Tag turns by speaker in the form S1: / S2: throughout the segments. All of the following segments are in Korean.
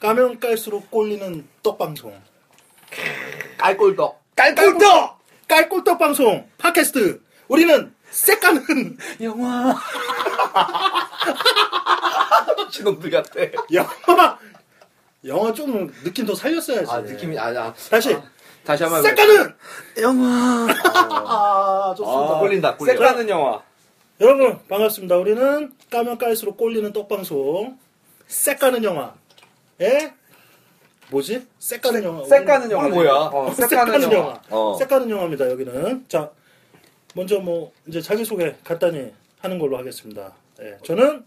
S1: 까면 깔수록 꼴리는 떡방송.
S2: 깔골떡.
S1: 깔꿀떡! 깔꿀떡 방송 팟캐스트. 우리는 새까는 영화
S2: 신놈들 같아.
S1: 영화 영화 좀 느낌 더 살렸어야지.
S2: 아, 느낌이, 아, 아.
S1: 다시
S2: 다시 한 번.
S1: 새까는
S3: 영화.
S1: 아 좋습니다.
S2: 아, 꼴린다, 꼴린다.
S3: 색깔은 영화.
S1: 여러분 반갑습니다. 우리는 까면 깔수록 꼴리는 떡방송 새까는 영화. 에? 뭐지? 새까는 영화.
S3: 색깔은 영화.
S2: 뭐야?
S3: 어, 색깔은
S1: 색깔은
S3: 영화.
S1: 영화.
S2: 어.
S1: 색깔은 영화입니다. 여기는 자 먼저 뭐 이제 자기 소개 간단히 하는 걸로 하겠습니다. 예, 저는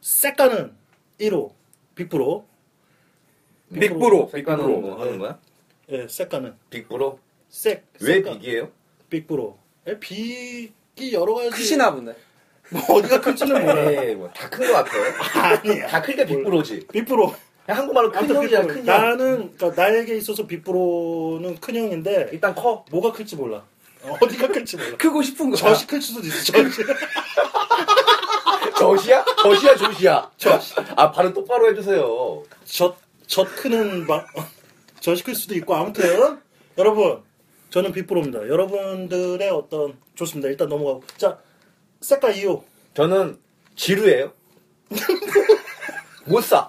S1: 색깔은 1호 빅프로.
S3: 빅브로.
S2: 색깔은 뭐
S3: 빅브로.
S2: 하는 거야?
S1: 예, 색깔은
S2: 빅브로?
S1: 색.
S2: 왜
S1: 색깔,
S2: 빅이에요?
S1: 빅프로? 예, 빅이 여러 가지.
S3: 크시나 보네.
S1: 뭐 어디가 큰지는 몰라.
S2: 네, 뭐, 다 큰 거 같아.
S1: 아니야.
S2: 다 클 때 빅브로지.
S1: 빅프로.
S2: 그냥 한국말로 큰
S1: 아무튼
S2: 형이잖아,
S1: 빅프로.
S2: 큰 형.
S1: 나는 그러니까 나에게 있어서 빅프로는 큰 형인데
S2: 일단 커.
S1: 뭐가 클지 몰라. 어디가 클지 몰라.
S3: 크고 싶은 거야.
S1: 젖이 클 수도 있어. 젖이.
S2: 저시야? 저시야, 조시야. 저시. 아, 발음 똑바로 해주세요.
S1: 젖, 젖 크는 막, 젖 시킬 수도 있고, 아무튼, 여러분, 저는 빅프로입니다. 여러분들의 어떤, 좋습니다. 일단 넘어가고. 자, 색깔 2호.
S2: 저는 지루해요. 못 사.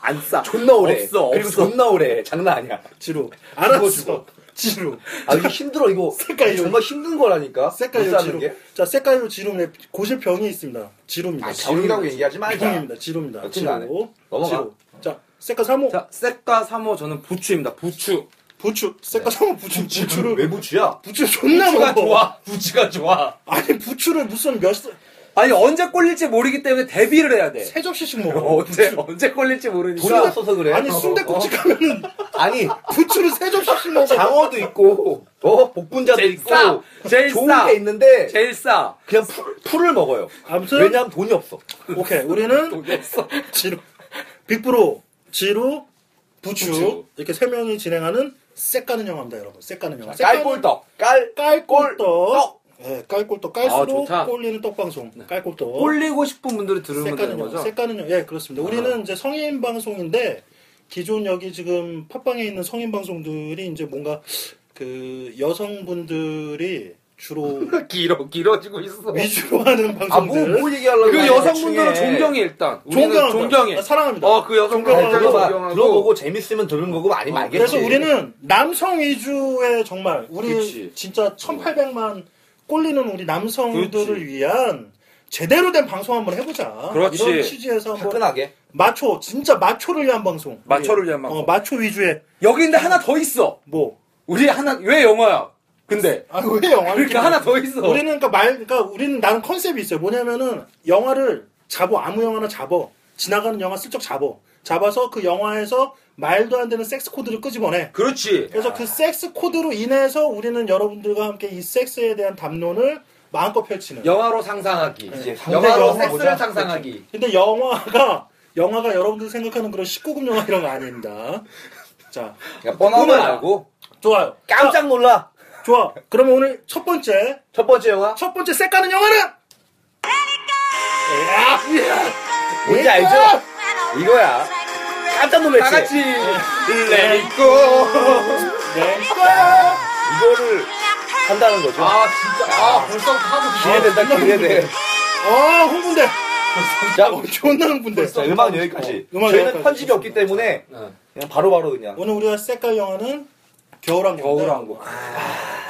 S3: 안 싸.
S2: 존나 오래.
S3: 없어,
S2: 그리고
S3: 없어.
S2: 존나 오래. 장난 아니야.
S1: 지루.
S2: 죽어.
S1: 알았어. 지루.
S2: 아, 이게 힘들어, 이거.
S1: 색깔이
S2: 정말 힘든 거라니까.
S1: 색깔
S2: 못
S1: 2호
S2: 사는
S1: 지루.
S2: 게.
S1: 자, 색깔 2호 지루는 고질병이 있습니다. 지루입니다.
S2: 아, 지루라고 얘기하지 말자.
S1: 지루입니다. 지루입니다.
S2: 어쨌든 안
S1: 지루.
S2: 해. 넘어가.
S1: 지루. 자, 색깔 3호.
S3: 자, 색과 3호 저는 부추입니다. 부추.
S1: 부추. 색깔 3호 부추.
S2: 지루.
S1: 부추를.
S2: 왜 부추야?
S1: 부추 존나
S2: 부추가
S1: 먹어.
S2: 좋아. 부추가 좋아.
S1: 아니, 부추를 무슨 몇, 세-
S3: 아니 언제 꼴릴지 모르기 때문에 대비를 해야 돼.
S1: 세 접시씩 먹어.
S3: 언제 언제 꼴릴지 모르니까.
S2: 돈이 없어서 그래.
S1: 아니, 순대국집 가면은
S2: 아니,
S1: 부추를 세 접시씩 먹어.
S2: 장어도 있고, 어, 복분자도
S3: 제일
S2: 있고,
S3: 싸. 제일
S2: 좋은
S3: 싸.
S2: 게 있는데,
S3: 제일 싸.
S2: 그냥 풀, 풀을 먹어요.
S1: 아무튼.
S2: 왜냐면 돈이 없어.
S1: 오케이 우리는
S3: 돈이 없어.
S1: 지루 빅브로 지루 부추,
S3: 부추.
S1: 이렇게 세 명이 진행하는 색가는 영화입니다 여러분 색가는 영화
S2: 깔골떡. 깔,
S1: 깔골떡 예, 깔골떡 깔수록
S3: 좋다.
S1: 꼴리는 떡방송 깔골떡
S3: 꼴리고 싶은 분들이 들으면 되는
S1: 색가는 영화
S3: 거죠.
S1: 색가는 영화 예 그렇습니다 우리는 이제 성인 방송인데 기존 여기 지금 팟빵에 있는 성인 방송들이 이제 뭔가 그 여성분들이 주로
S2: 길어, 길어지고 있어.
S1: 위주로 하는
S2: 아, 뭐,
S1: 방송들
S2: 뭐 얘기하려고.
S3: 그
S2: 하냐,
S3: 여성분들은
S2: 대충해.
S3: 존경해 일단. 우리는
S1: 존경합니다.
S3: 존경해.
S1: 아, 사랑합니다.
S3: 어, 그 여성분
S2: 아니,
S3: 굉장히
S1: 존경하고
S2: 들어봐.
S3: 존경하고. 어,
S2: 들어보고 재밌으면 들은 거고 아니면 알겠지.
S1: 그래서 우리는 남성 위주의 정말 우리
S3: 그치.
S1: 진짜 1800만 꼴리는 우리 남성들을
S3: 그치.
S1: 위한 제대로 된 방송 한번 해보자.
S3: 그렇지.
S1: 이런 취지에서 한번
S2: 화끈하게.
S1: 마초 진짜 마초를 위한 방송.
S3: 마초를 위한 방송.
S1: 어, 마초 위주의
S3: 여기 근데 하나 더 있어.
S1: 뭐.
S3: 우리 하나 왜 영화야? 근데
S1: 아, 왜 영화?
S3: 그러니까 하나 더 있어.
S1: 우리는 그러니까 말 그러니까 우리는 나름 컨셉이 있어요. 뭐냐면은 영화를 잡어 아무 영화나 잡어 지나가는 영화 슬쩍 잡어 잡아서 그 영화에서 말도 안 되는 섹스 코드를 끄집어내.
S3: 그렇지.
S1: 그래서 그 섹스 코드로 인해서 우리는 여러분들과 함께 이 섹스에 대한 담론을 마음껏 펼치는.
S3: 영화로 상상하기.
S2: 이제
S3: 영화로
S2: 상대
S3: 섹스를
S2: 영화보다
S3: 상상하기.
S1: 근데 영화가 영화가 여러분들 생각하는 그런 19금 영화 이런 거 아닙니다. 자,
S2: 그러니까 뻔한 건
S3: 그만.
S2: 알고
S1: 좋아요.
S2: 깜짝 놀라.
S1: 자, 좋아. 그러면 오늘 첫 번째
S2: 첫 번째 영화
S1: 첫 번째 색 가는 영화는 예.
S2: 뭔지 알죠?
S1: 아!
S2: 이거야. 깜짝
S3: 다
S2: 놀랐지.
S3: 같이 네. 레이고.
S1: 네.
S2: 이거를 한다는 거죠.
S3: 아 진짜. 아 벌써 타고
S2: 기대된다 기대돼.
S1: 어, 흥분돼.
S2: 자,
S1: 어, 존나 흥분돼.
S2: 자, 음악 여기까지.
S1: 어, 음악
S2: 저희는
S1: 여기까지.
S2: 편집이 없기 때문에
S3: 네.
S2: 그냥 바로바로 그냥.
S1: 오늘 우리가 색깔 영화는 겨울왕국.
S3: 겨울왕국.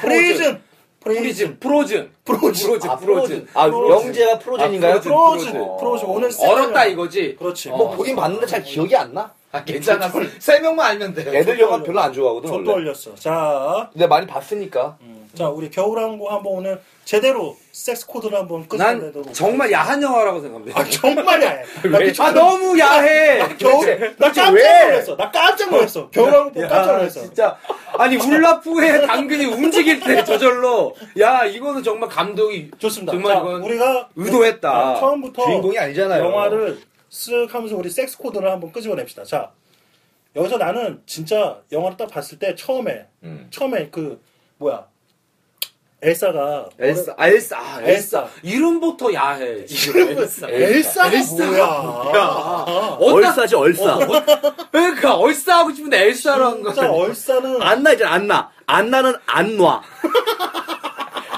S1: 프리즌.
S3: 프리즌. 프로즌.
S1: 프로즌.
S3: 프로즌. 프로즌.
S2: 아
S1: 프로즌.
S2: 영재가 프로즌인가요?
S3: 아, 프로즌.
S1: 프로즌.
S3: 프로즌.
S1: 프로즌. 오늘 색
S3: 얼었다 이거지.
S1: 그렇지.
S2: 뭐 보긴 봤는데 잘 기억이 안 나.
S3: 아 괜찮아. 세 명만 알면 돼.
S2: 애들 영화 별로 안 좋아하거든
S1: 저도 음.
S2: 원래.
S1: 올렸어. 자,
S2: 근데 많이 봤으니까.
S1: 자 우리 겨울왕국 한번 오늘 제대로 섹스 코드를 한번
S3: 난
S1: 끄집어내도록.
S3: 정말 야한 영화라고 생각합니다.
S1: 아 정말이야. 나 미쳐.
S3: 아 너무 야해.
S1: 겨울. 나 깜짝
S2: 아, 왜?
S1: 놀랐어. 나 깜짝 놀랐어. 겨울왕국 보고 깜짝
S3: 야,
S1: 놀랐어.
S3: 진짜. 아니, 울라프의 당근이 움직일 때 저절로. 야, 이거는 정말 감독이.
S1: 좋습니다.
S3: 정말
S1: 자,
S3: 이건
S1: 우리가
S3: 의도했다.
S1: 자, 처음부터
S2: 주인공이 아니잖아요.
S1: 영화를 쓱 하면서 우리 섹스 코드를 한번 끄집어냅시다. 자 여기서 나는 진짜 영화를 딱 봤을 때 처음에
S2: 음.
S1: 처음에 그 뭐야 엘사가
S3: 엘사, 아, 엘사, 아, 엘사.
S1: 엘사.
S3: 이름부터 야해. 지금 엘사.
S1: 엘사가 뭐야?
S3: 야, 어디다,
S4: 얼싸지 얼싸.
S3: 그러니까, 얼싸 하고 싶은데 엘사라는 거.
S1: 진짜 얼싸는
S4: 안나 이제 안나. 안나는 안 놔.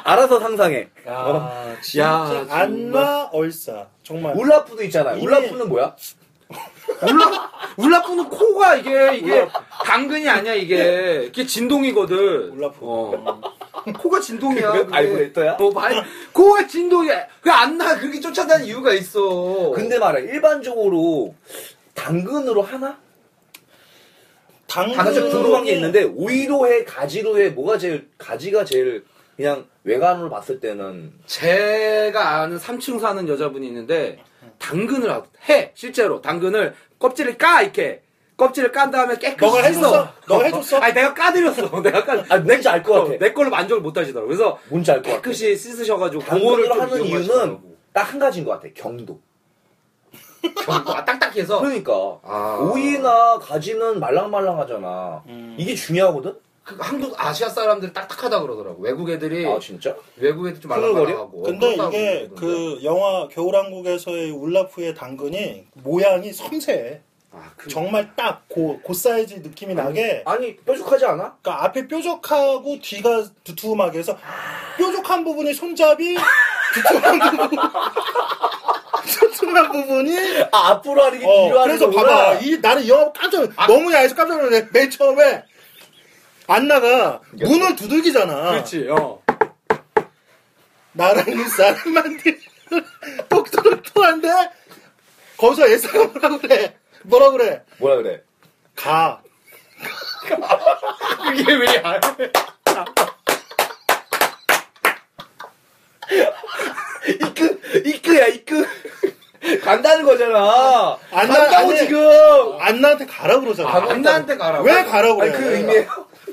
S4: 알아서 상상해.
S3: 야,
S2: 아,
S3: 진짜.
S2: 그
S1: 안나
S2: 뭐?
S1: 얼싸 정말
S2: 울라프도 있잖아요.
S1: 이미-
S2: 울라프는 뭐야?
S3: 울라, 울라프는 코가 이게, 이게, 당근이 아니야, 이게. 이게 진동이거든.
S1: 울라프.
S3: 어. 코가 진동이야.
S2: 그걸 알고 있어요?
S3: 어, 말, 코가 진동이야. 그안 나, 그렇게 쫓아다니는 이유가 있어.
S2: 근데 말이야 일반적으로 당근으로 하나?
S1: 당근
S2: 당근
S1: 음.
S2: 좀 아, 궁금한 게 있는데 오이로 해 가지로 해 뭐가 제일 가지가 제일 그냥 외관으로 봤을 때는
S3: 제가 아는 3층 사는 여자분이 있는데 당근을 하- 해 실제로 당근을 껍질을 까 이렇게 껍질을 깐 다음에 깨끗이
S1: 너가 해줬어?
S3: 씻어.
S1: 너가 해줬어?
S3: 아니 내가 까드렸어. 내가 까.
S2: 아 뭔지 알 것 같아.
S3: 내 걸로 만족을 못 하시더라고. 어. 그래서
S2: 뭔지 알 것 같아.
S3: 깨끗이 씻으셔가지고
S2: 당근으로
S3: 그거를 좀
S2: 하는
S3: 이용하시더라고.
S2: 이유는 딱 한 가지인 것 같아. 경도.
S3: 경고, 아, 딱딱해서
S2: 그러니까
S3: 아.
S2: 오이나 가지는 말랑말랑하잖아.
S1: 음.
S2: 이게 중요하거든.
S3: 그 한국 아시아 사람들이 딱딱하다 그러더라고. 외국 애들이
S2: 아 진짜?
S3: 외국 애들 좀
S2: 흥얼거려?
S3: 말랑말랑하고.
S1: 근데
S3: 그렇다고
S1: 이게
S3: 그러던데.
S1: 그 영화 겨울왕국에서의 울라프의 당근이 모양이 섬세해.
S3: 아, 그-
S1: 정말 딱 고, 고 사이즈 느낌이 나게
S2: 아니 뾰족하지 않아?
S1: 그러니까 앞에 뾰족하고 뒤가 두툼하게 해서 뾰족한 부분이 손잡이 두툼한 부분 두툼한 부분이
S2: 아 앞으로 하는 게
S1: 어,
S2: 뒤로 하는
S1: 그래서
S2: 거구나.
S1: 봐봐 이 나는 이 영화 깜짝
S3: 아.
S1: 놀 너무 야해서 깜짝 놀래 맨 처음에 안나가 문을 두들기잖아
S3: 그렇지. 어.
S1: 나라는 사람한테 똑똑똑 토한데 거기서 애써가 뭐라 그래 뭐라 그래
S2: 뭐라 그래?
S1: 가
S3: 그게 왜 야?
S2: 이끄 이끄야 이끄 간다는 거잖아.
S1: 안 나-
S2: 간다고
S1: 안 해.
S2: 지금.
S1: 안나한테 가라 그러잖아
S3: 안나한테 가라고.
S1: 왜 가라 그래
S2: 아니 그 의미예요.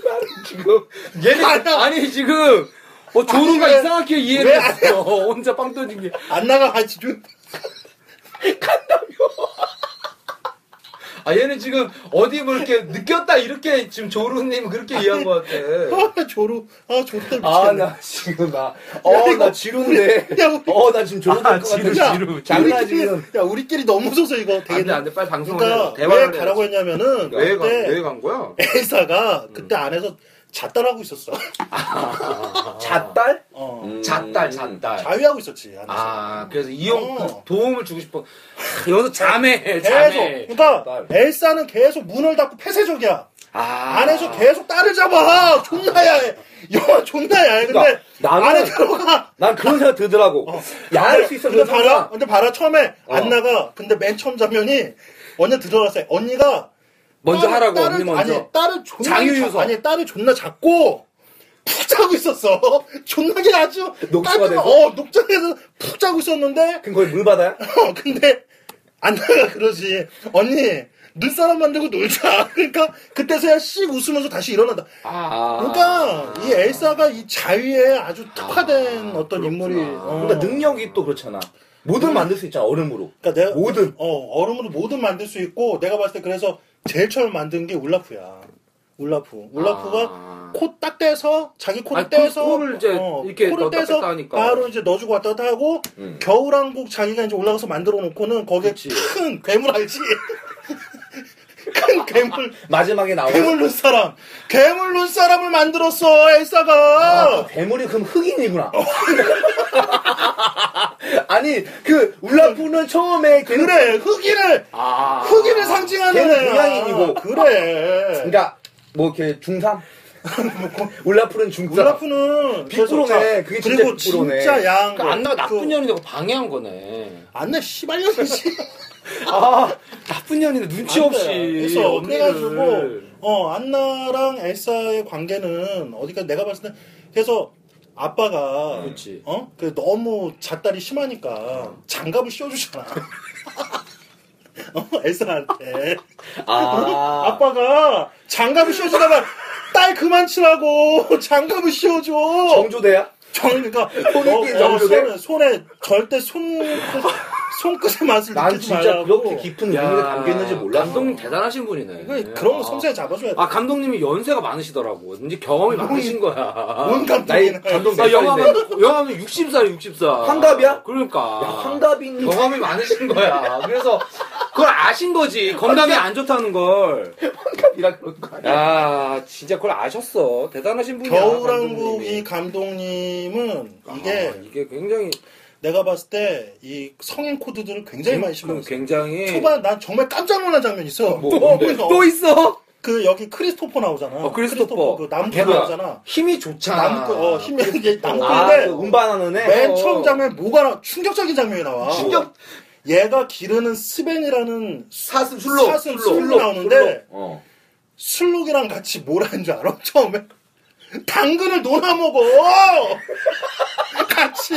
S2: 나는 지금
S3: 얘네 아니 지금 어 조루가
S1: 아니, 왜-
S3: 이상하게
S1: 왜
S3: 이해를
S1: 안
S3: 했어 혼자 빵 터진 게
S1: 안나가 같이 준
S3: 아 얘는 지금 어디 뭐 이렇게 느꼈다 이렇게 지금 조루님 그렇게 이해한 것 같아
S1: 아, 조루 아 조루 때문에
S2: 아
S1: 미치겠네
S2: 나 지금 나어나 지루인데.
S1: 야, 우리-
S2: 어 나 지금 조롱될
S3: 아,
S2: 것
S3: 지루,
S2: 같은데.
S3: 지루.
S2: 장난
S1: 우리끼리,
S2: 지금.
S1: 야 우리끼리 너무 웃어서 이거 되겠네
S3: 안돼 안돼 빨리 방송을
S1: 그러니까
S3: 해라.
S1: 왜
S3: 대화를
S1: 가라고 했냐면은 그때
S3: 왜간 거야
S2: 음.
S1: 엘사가 그때 안에서 잣달하고 있었어 아.
S2: 잣달?
S1: 어,
S3: 잣달 잣달
S1: 자위하고 있었지 안에서
S3: 아 그래서 이용
S1: 어.
S3: 그 도움을 주고 싶어 아, 여기서 자매
S1: 계속
S3: 자매
S1: 그러니까 엘사는 계속 문을 닫고 폐쇄적이야
S3: 아
S1: 안에서 계속 딸을 잡아 존나 야해 영화 존나 야해 근데
S2: 그러니까 나는-
S1: 안에 들어가
S2: 난 그런 생각 들더라고. 야할 수 어. 있어
S1: 근데
S2: 그런
S1: 봐라
S2: 생각.
S1: 근데 봐라 처음에 안 나가 근데 맨 처음 장면이 언니 들어갔어요 언니가
S3: 먼저
S1: 딸을-
S3: 하라고
S1: 딸을-
S3: 언니 먼저
S1: 아니 딸을 존나
S3: 장유유서.
S1: 자- 아니 딸을 존나 작고 푹 자고 있었어 존나게 아주
S2: 녹초가
S1: 딸들만-
S2: 돼서?
S1: 어 녹초에서 푹 자고 있었는데
S2: 그럼 거기 물 받아요?
S1: 어, 근데 안나가 그러지. 언니, 눈사람 만들고 놀자. 그러니까 그때서야 씩 웃으면서 다시 일어난다.
S3: 아
S1: 그러니까 이 엘사가 이 자유에 아주 특화된 어떤 인물이. 어.
S2: 그러니까 능력이 또 그렇잖아. 뭐든 만들 수 있잖아 얼음으로.
S1: 그러니까 내가
S2: 뭐든.
S1: 어, 얼음으로 뭐든 만들 수 있고 내가 봤을 때 그래서 제일 처음 만든 게 울라프야. 울라프. 울라프가
S3: 아.
S1: 코 딱 떼서 자기 코를
S3: 아니, 그
S1: 떼서
S3: 코를 이제 이렇게
S1: 코를
S3: 넣었다
S1: 떼서
S3: 뺐다 하니까. 음.
S1: 바로 이제 넣어주고 왔다 갔다 하고 겨울왕국 자기가 이제 올라가서 만들어 놓고는 거기에
S3: 그치.
S1: 큰 괴물 알지? 큰 괴물
S2: 마지막에 나오는.
S1: 괴물 눈사람 괴물 눈사람을 만들었어 엘사가
S2: 아, 그 괴물이 그럼 흑인이구나. 아니 그 울라프는 처음에 그
S1: 그래 흑인을
S3: 아.
S1: 흑인을 상징하는
S2: 걔는
S1: 애야.
S2: 동양인이고.
S1: 그래
S2: 그러니까 뭐 이렇게 중삼. 울라프는 중삼.
S1: 울라프는 그래서
S2: 비꼬로네.
S1: 자,
S2: 그게 진짜
S1: 그리고
S2: 비꼬로네.
S1: 진짜 야한 거
S3: 그러니까 안나가 나쁜
S1: 그-
S3: 년이라고 방해한 거네.
S1: 안나 씨발년이지
S3: 아 나쁜 년인데 눈치 없이
S1: 그래서 그래가지고
S3: 언니를
S1: 어 안나랑 엘사의 관계는 어디까 내가 봤을 때 그래서 아빠가
S3: 그렇지.
S1: 어? 그 너무 잣달이 심하니까 장갑을 씌워주잖아. 어? 엘사한테
S2: 아.
S1: 아빠가 장갑을 씌워주다가 딸 그만 치라고 장갑을 씌워줘.
S2: 정조대야?
S1: 정, 그러니까
S2: 손에
S1: 어,
S2: 끼는
S1: 어,
S2: 정조대?
S1: 손에, 손에 절대 손 손끝의 맛을
S2: 난
S1: 느끼지
S2: 진짜
S1: 말라고.
S2: 그렇게 깊은 의미가 담겨있는지 몰랐어.
S3: 감독님 대단하신 분이네.
S1: 이거 그런 거
S3: 아.
S1: 섬세히 잡아줘야 돼.
S3: 아 감독님이 연세가 많으시더라고. 왠지 경험이 많으신 거야.
S1: 뭔
S2: 나이
S1: 감독이나.
S2: 감독 몇
S3: 아,
S2: 살인데?
S3: 영화는 영화는 60살, 60살.
S2: 환갑이야?
S3: 그러니까.
S2: 야, 환갑인
S3: 경험이 많으신 거야. 그래서 그걸 아신 거지. 건강에 안 좋다는 걸.
S2: 환갑이라 그런 거 아니야?
S3: 야, 진짜 그걸 아셨어. 대단하신 분이야.
S1: 겨울왕국이
S3: 감독님이.
S1: 감독님은
S3: 아,
S1: 이게
S3: 이게 굉장히
S1: 내가 봤을 때 이 성인 코드들을 굉장히 많이 심어요.
S3: 그 굉장히
S1: 초반 난 정말 깜짝 놀란 장면이 있어.
S3: 뭐, 뭔데? 또 있어.
S1: 그 여기 크리스토퍼 나오잖아.
S3: 어, 크리스토퍼.
S1: 그 남부
S3: 걔가.
S1: 나오잖아.
S3: 힘이 좋잖아.
S1: 남부 어 힘이 이게
S2: 아,
S1: 남부인데
S2: 그 운반하는 애?
S3: 어.
S1: 맨 처음 장면 뭐가 나 충격적인 장면이 나와.
S2: 충격.
S1: 얘가 기르는 스벤이라는
S3: 사슴
S1: 사슴 술로 나오는데
S2: 어.
S1: 술록이랑 같이 뭘 하는 줄 알아? 처음에 당근을 놀아 먹어. 같이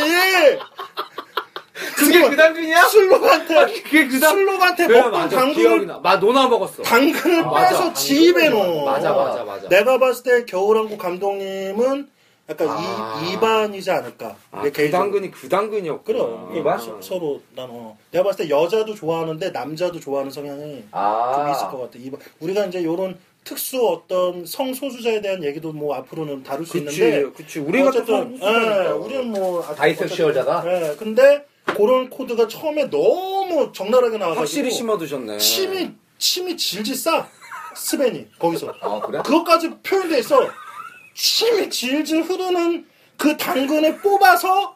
S3: 그게 그 당근이야?
S1: 술록한테
S3: 그게 그 당-
S1: 술록한테
S3: 그래,
S1: 먹고
S3: 맞아. 기억이
S1: 당근을
S3: 나. 마 노나 먹었어.
S1: 당근을
S3: 아, 맞아.
S1: 빼서
S3: 당근.
S1: 집에 넣어.
S3: 맞아, 맞아, 맞아.
S1: 내가 봤을 때 겨울왕국 감독님은 약간
S3: 아.
S1: 이, 이반이지 않을까.
S3: 아,
S1: 내
S3: 그
S1: 개인적으로.
S3: 당근이 그 당근이었구나.
S1: 그럼 이게
S3: 아.
S1: 맞- 서로 나눠. 내가 봤을 때 여자도 좋아하는데 남자도 좋아하는 성향이 좀 있을 것
S2: 아.
S1: 같아. 이 우리가 이제 요런 특수 어떤 성소수자에 대한 얘기도 뭐 앞으로는 다룰 수 있는데
S3: 그치, 그치. 우리가
S1: 어쨌든
S3: 좀
S1: 예,
S3: 성숙하니까.
S1: 우리는 뭐 아직
S2: 다이섹슈얼자가?
S1: 어쨌든, 예, 근데 그런 코드가 처음에 너무 적나라하게 나와가지고
S3: 확실히 예. 심어두셨네.
S1: 침이 침이 질질 싸 스벤이 거기서
S2: 아, 그래?
S1: 그것까지 표현돼 있어. 침이 질질 흐르는 그 당근을 뽑아서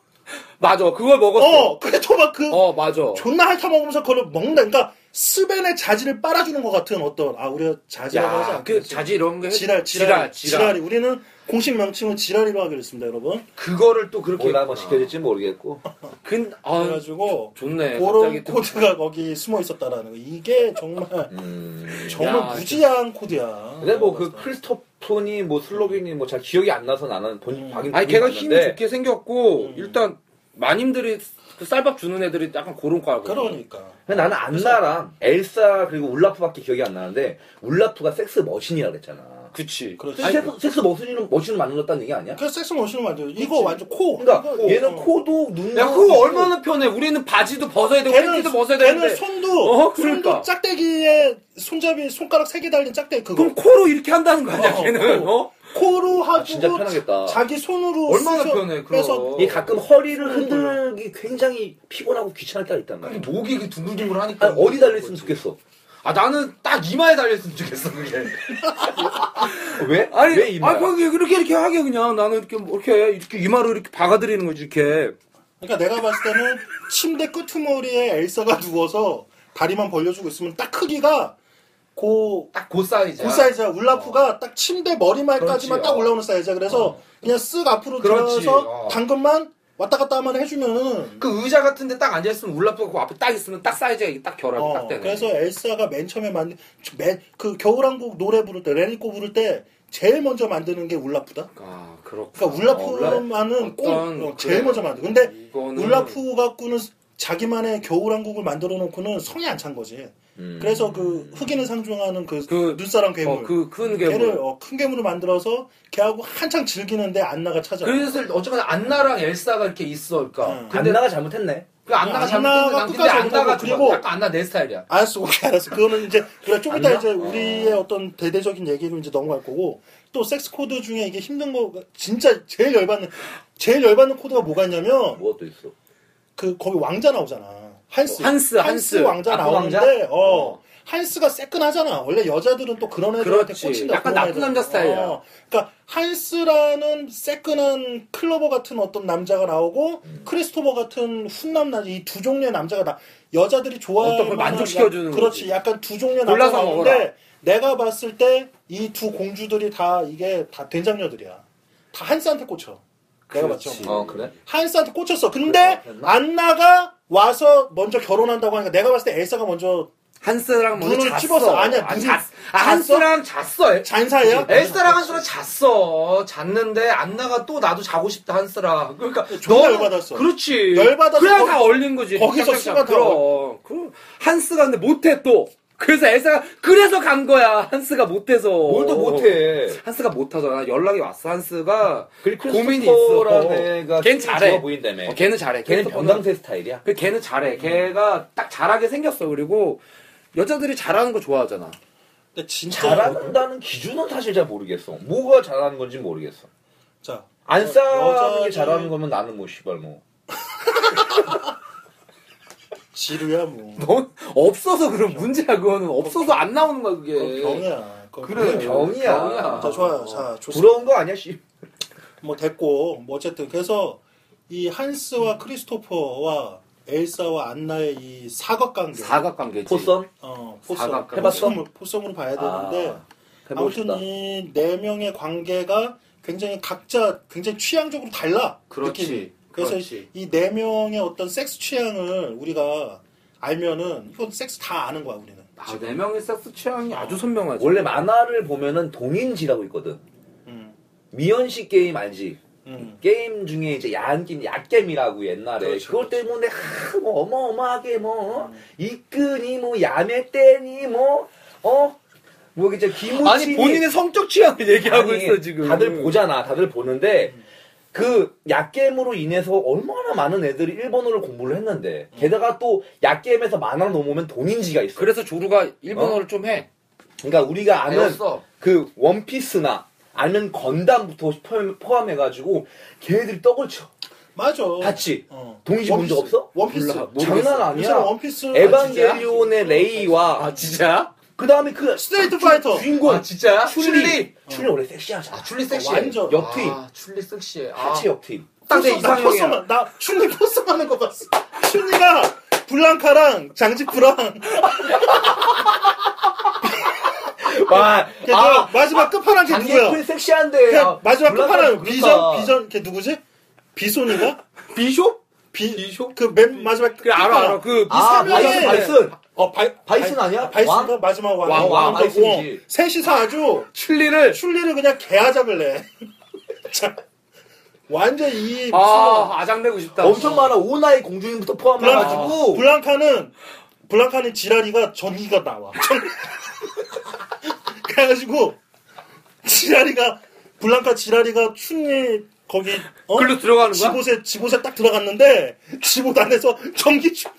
S3: 맞아, 그걸 먹었어.
S1: 어 그래 또막그
S3: 어, 맞아.
S1: 존나 핥아먹으면서 그걸 먹는다. 그러니까 스벤의 자질을 빨아주는 것 같은 어떤 아 우리가 자질이라고 하지
S3: 야,
S1: 않겠지.
S3: 그 자지 이런 게
S1: 지랄, 지랄,
S3: 지랄,
S1: 지랄. 이 우리는 공식 명칭은 지랄이라고 하기로 했습니다, 여러분.
S3: 그거를 또 그렇게.
S2: 몰라 뭐
S3: 했구나.
S2: 시켜질지 모르겠고.
S3: 근, 아,
S1: 그래가지고
S3: 좋네.
S1: 그런
S3: 갑자기 또-
S1: 코드가 거기 숨어 있었다라는 거. 이게 정말
S2: 음.
S1: 정말
S3: 야,
S1: 무지한 코드야.
S2: 근데 뭐 그 크리스토프니 뭐 슬로겐이 뭐 잘 기억이 안 나서 나는 본 확인
S3: 아니, 걔가 힘이
S2: 봤는데
S3: 좋게 생겼고, 일단, 마님들이 그 쌀밥 주는 애들이 약간 그런 과거
S1: 그러니까.
S2: 근데 나는 안나랑 엘사 그리고 울라프밖에 기억이 안 나는데 울라프가 섹스 머신이라 그랬잖아.
S3: 그치.
S1: 그렇지.
S2: 섹스, 섹스 머신은 머신을 만들었다는 얘기 아니야?
S1: 그 섹스 머신은 완전 이거 완전 코.
S2: 그러니까
S1: 이거,
S2: 얘는
S1: 어.
S2: 코도 눈도
S3: 야, 그거
S2: 있고.
S3: 얼마나 편해. 우리는 바지도 벗어야 되고,
S1: 걔는
S3: 팬티도 벗어야
S1: 걔는
S3: 되는데.
S1: 손도
S3: 어, 그러니까.
S1: 손도 짝대기에 손잡이 손가락 세 개 달린 짝대기 그거.
S3: 그럼 코로 이렇게 한다는 거 아니야,
S1: 어,
S3: 걔는?
S1: 코.
S3: 어?
S1: 코로 하고
S2: 진짜 편하겠다.
S1: 자기 손으로
S3: 얼마나
S1: 쑤셔
S3: 편해,
S1: 빼서
S3: 그럼.
S2: 얘 가끔 허리를 흔들기 굉장히 피곤하고 귀찮을 때가 있단 말이야.
S3: 목이 그 둥글둥글 하니까.
S2: 아니 어디 달려있으면 좋겠어.
S3: 아, 나는 딱 이마에 달렸으면 좋겠어, 그게.
S2: 왜?
S3: 아니,
S2: 왜 이마야?
S3: 아, 거기 이렇게 이렇게 하게 그냥 나는 이렇게 뭐 이렇게 이렇게 이마로 이렇게 박아드리는 거지 이렇게.
S1: 그러니까 내가 봤을 때는 침대 끄트머리에 엘사가 누워서 다리만 벌려주고 있으면 딱 크기가 고
S3: 딱 그 사이즈.
S1: 그 사이즈야 울라프가 딱 침대 머리말까지만
S3: 어. 그렇지,
S1: 딱
S3: 어.
S1: 올라오는 사이즈야 그래서 그냥 쓱 앞으로
S3: 그렇지,
S1: 들어서
S3: 어.
S1: 당근만 왔다 갔다 하면 해주면은
S3: 그 의자 같은데 딱 앉아 있으면 울라프가 그 앞에 딱 있으면 딱 사이즈가 이게 딱 결합이
S1: 어,
S3: 딱 되네.
S1: 그래서 엘사가 맨 처음에 만든 저- 맨- 그 겨울왕국 노래 부를 때 레니코 부를 때 제일 먼저 만드는 게 울라프다
S3: 아 그렇고.
S1: 그러니까 울라프만은 꼭
S3: 어떤
S1: 어,
S3: 그-
S1: 제일 먼저 만든 근데
S3: 이거는
S1: 울라프 갖고는 자기만의 겨울왕국을 만들어 놓고는 성이 안 찬 거지.
S2: 음.
S1: 그래서 그 흑인을 상징하는 그,
S3: 그-
S1: 눈사람 괴물,
S3: 어그큰
S1: 걔를
S3: 괴물.
S1: 어, 큰 괴물을 만들어서 걔하고 한창 즐기는데 안나가 찾아.
S3: 그래서 어쨌거나 안나랑 엘사가 이렇게 있어, 그러니까.
S1: 응.
S3: 근데
S2: 안나가 잘못했네.
S3: 그 안나가
S1: 안나가
S3: 잘못했는데 난 근데
S1: 끝까지
S3: 안나가
S1: 못하고
S3: 그리고
S1: 그리고-
S3: 약간 안나 내 스타일이야.
S1: 알았어, 오케이, 알았어. 그거는 이제 우리가 좀 이따
S2: 안나?
S1: 이제 우리의 어떤 대대적인 얘기로 이제 넘어갈 거고 또 섹스 코드 중에 이게 힘든 거 진짜 제일 열받는 제일 열받는 코드가 뭐가 있냐면
S2: 뭐가 또 있어?
S1: 그 거기 왕자 나오잖아. 한스.
S3: 어, 한스, 한스.
S1: 왕자
S2: 아, 그
S1: 나오는데
S2: 왕자?
S1: 어.
S3: 어.
S1: 한스가 새끈하잖아. 원래 여자들은 또 그런 애들한테
S3: 그렇지.
S1: 꽂힌다.
S3: 약간
S1: 그런
S3: 나쁜
S1: 애들.
S3: 남자 스타일이야.
S1: 그러니까 한스라는 새끈한 클로버 같은 어떤 남자가 나오고
S3: 음.
S1: 크리스토버 같은 훈남 남이 두 종류의 남자가 나 여자들이 좋아하는
S3: 어떤 걸 만족시켜주는
S1: 약- 그렇지.
S3: 거지.
S1: 약간 두 종류의 남자가
S3: 골라서 먹어라.
S1: 나오는데 내가 봤을 때 이 두 공주들이 다 이게 다 된장녀들이야. 다 한스한테 꽂혀. 내가
S3: 그렇지.
S1: 봤죠.
S2: 어 그래?
S1: 한스한테 꽂혔어. 근데
S2: 그래, 됐나?
S1: 안나가 와서 먼저 결혼한다고 하니까 내가 봤을 때 엘사가 먼저
S3: 한스랑 먼저
S1: 눈을
S3: 잤어.
S1: 찝었어. 아니야,
S3: 아,
S1: 눈이-
S3: 잤- 아,
S1: 잤어?
S3: 한스랑 잤어.
S1: 잔 사이야?
S3: 네. 엘사랑 한스랑 잤어. 잤는데 안나가 또 나도 자고 싶다 한스랑. 그러니까
S1: 네, 존나
S3: 너무-
S1: 열받았어.
S3: 그렇지.
S1: 열받아서
S3: 그냥
S1: 거기-
S3: 다 얼린 거지.
S1: 거기서
S3: 짝짝짝.
S1: 씨가 다
S3: 그럼. 그 한스가 근데 못해 또. 그래서 엘사가 그래서 간 거야. 한스가 못해서.
S2: 뭘 더 못해.
S3: 한스가 못하잖아. 연락이 왔어. 한스가 고민이
S2: 크리스토퍼라는
S3: 있어.
S2: 애가
S3: 걘 잘해.
S2: 좋아 보인다며.
S3: 어, 걔는 잘해.
S2: 걔는
S3: 크리스토퍼는-
S2: 변강태 스타일이야.
S3: 그 걔는 잘해. 걔가 딱 잘하게 생겼어. 그리고 여자들이 잘하는 거 좋아하잖아.
S1: 근데 진짜 뭐,
S2: 잘한다는 기준은 사실 잘 모르겠어. 뭐가 잘하는 건지 모르겠어.
S1: 자
S2: 안 싸는 게
S1: 여자들이-
S2: 잘하는 거면 나는 뭐 씨발 뭐.
S1: 지루야 뭐
S3: 넌 없어서 그런 문제야. 그거는 없어서 안 나오는 거야 그게.
S1: 그건 병이야. 그건
S3: 그래.
S1: 병이야.
S2: 병이야. 어.
S3: 병이야.
S1: 자 좋아요. 자 좋습니다.
S2: 부러운 거 아니야 씨.
S1: 뭐 됐고 뭐 어쨌든 그래서 이 한스와 크리스토퍼와 엘사와 안나의 이 사각관계.
S3: 사각관계지.
S2: 포썸?
S1: 어 포섬.
S3: 사각관계.
S1: 포섬을 포섬으로 봐야
S2: 아.
S1: 되는데
S2: 해보고
S1: 아무튼
S2: 싶다.
S1: 이 네 명의 관계가 굉장히 각자 굉장히 취향적으로 달라.
S3: 그렇지.
S1: 느낌이. 그래서
S3: 그렇지.
S1: 이 네 명의 어떤 섹스 취향을 우리가 알면은 이건 섹스 다 아는 거야 우리는.
S3: 아, 네 명의 섹스 취향이 아주 선명하지.
S2: 원래 만화를 보면은 동인지라고 있거든.
S1: 음.
S2: 미연식 게임 알지?
S1: 음.
S2: 게임 중에 이제 야한 게임, 약겜이라고 옛날에
S1: 그렇죠, 음.
S2: 그것 때문에 하, 뭐 어마어마하게 뭐 어? 이끈이 뭐 야매떼니 뭐어 뭐 이제 김우치
S3: 아니 본인의 성적 취향을 얘기하고 있어 지금.
S2: 다들 보잖아, 다들 보는데 그 약겜으로 인해서 얼마나 많은 애들이 일본어를 공부를 했는데 게다가 또 약겜에서 만화 넘어오면 동인지가 있어.
S3: 그래서 조루가 일본어를 좀 해.
S2: 그러니까 우리가 아는
S3: 배웠어.
S2: 그 원피스나 아니면 건담부터 포함- 포함해가지고 걔네들이 떡을 쳐.
S1: 맞아.
S2: 같이.
S1: 어.
S2: 동인지 본 적 없어?
S1: 원피스.
S3: 몰라, 모르겠어. 그
S2: 장난
S1: 이
S2: 아니야.
S1: 사람 원피스.
S2: 에반게리온의 레이와
S3: 아, 진짜야?
S2: 그 다음에 그
S1: 스트레이트 파이터.
S3: 아,
S2: 주인공
S3: 진짜야?
S2: 출리 출리 원래 섹시하잖아.
S3: 출리
S1: 섹시해. 완전.
S3: 아,
S2: 역트임
S3: 출리 섹시해. 아,
S2: 같이 역트임.
S3: 딱내
S1: 포스- 나
S3: 이상형이야.
S1: 포스만- 나 춘리 포스하는 거 봤어. 춘리가 블랑카랑 장지프랑 아,
S2: 와,
S1: 걔
S2: 아,
S1: 저 마지막 끝판왕 걔 누구야?
S2: 장기풀 섹시한데.
S1: 걔
S2: 아,
S1: 그 마지막
S2: 몰랐다,
S1: 끝판왕
S2: 그러니까.
S1: 비전 비전 걔 누구지? 비손인가?
S3: 비숍?
S1: 비
S3: 비숍?
S1: 그맨 마지막
S3: 그래 알아 알아. 그
S2: 아,
S1: 이 사람이-
S2: 바이슨, 바이슨.
S1: 어 바이
S2: 바이슨 아니야?
S1: 바이슨가 어. 마지막 왕.
S2: 왕, 왕, 바이슨이지.
S1: 셋이서 아주
S3: 출리를
S1: 춘리를 그냥 개하잡을 내. 자, 완전 이
S3: 아 아장내고 싶다.
S2: 엄청 많아. 오나의 공주님부터 포함해가지고.
S1: 블랑, 블랑카는 블랑카는 지라리가 전기가 나와. 전- 그래가지고 지라리가 블랑카 지라리가 춘리 거기 어?
S3: 글로 들어가는 거야?
S1: 집옷에 집옷에 딱 들어갔는데 집옷 안에서 전기 출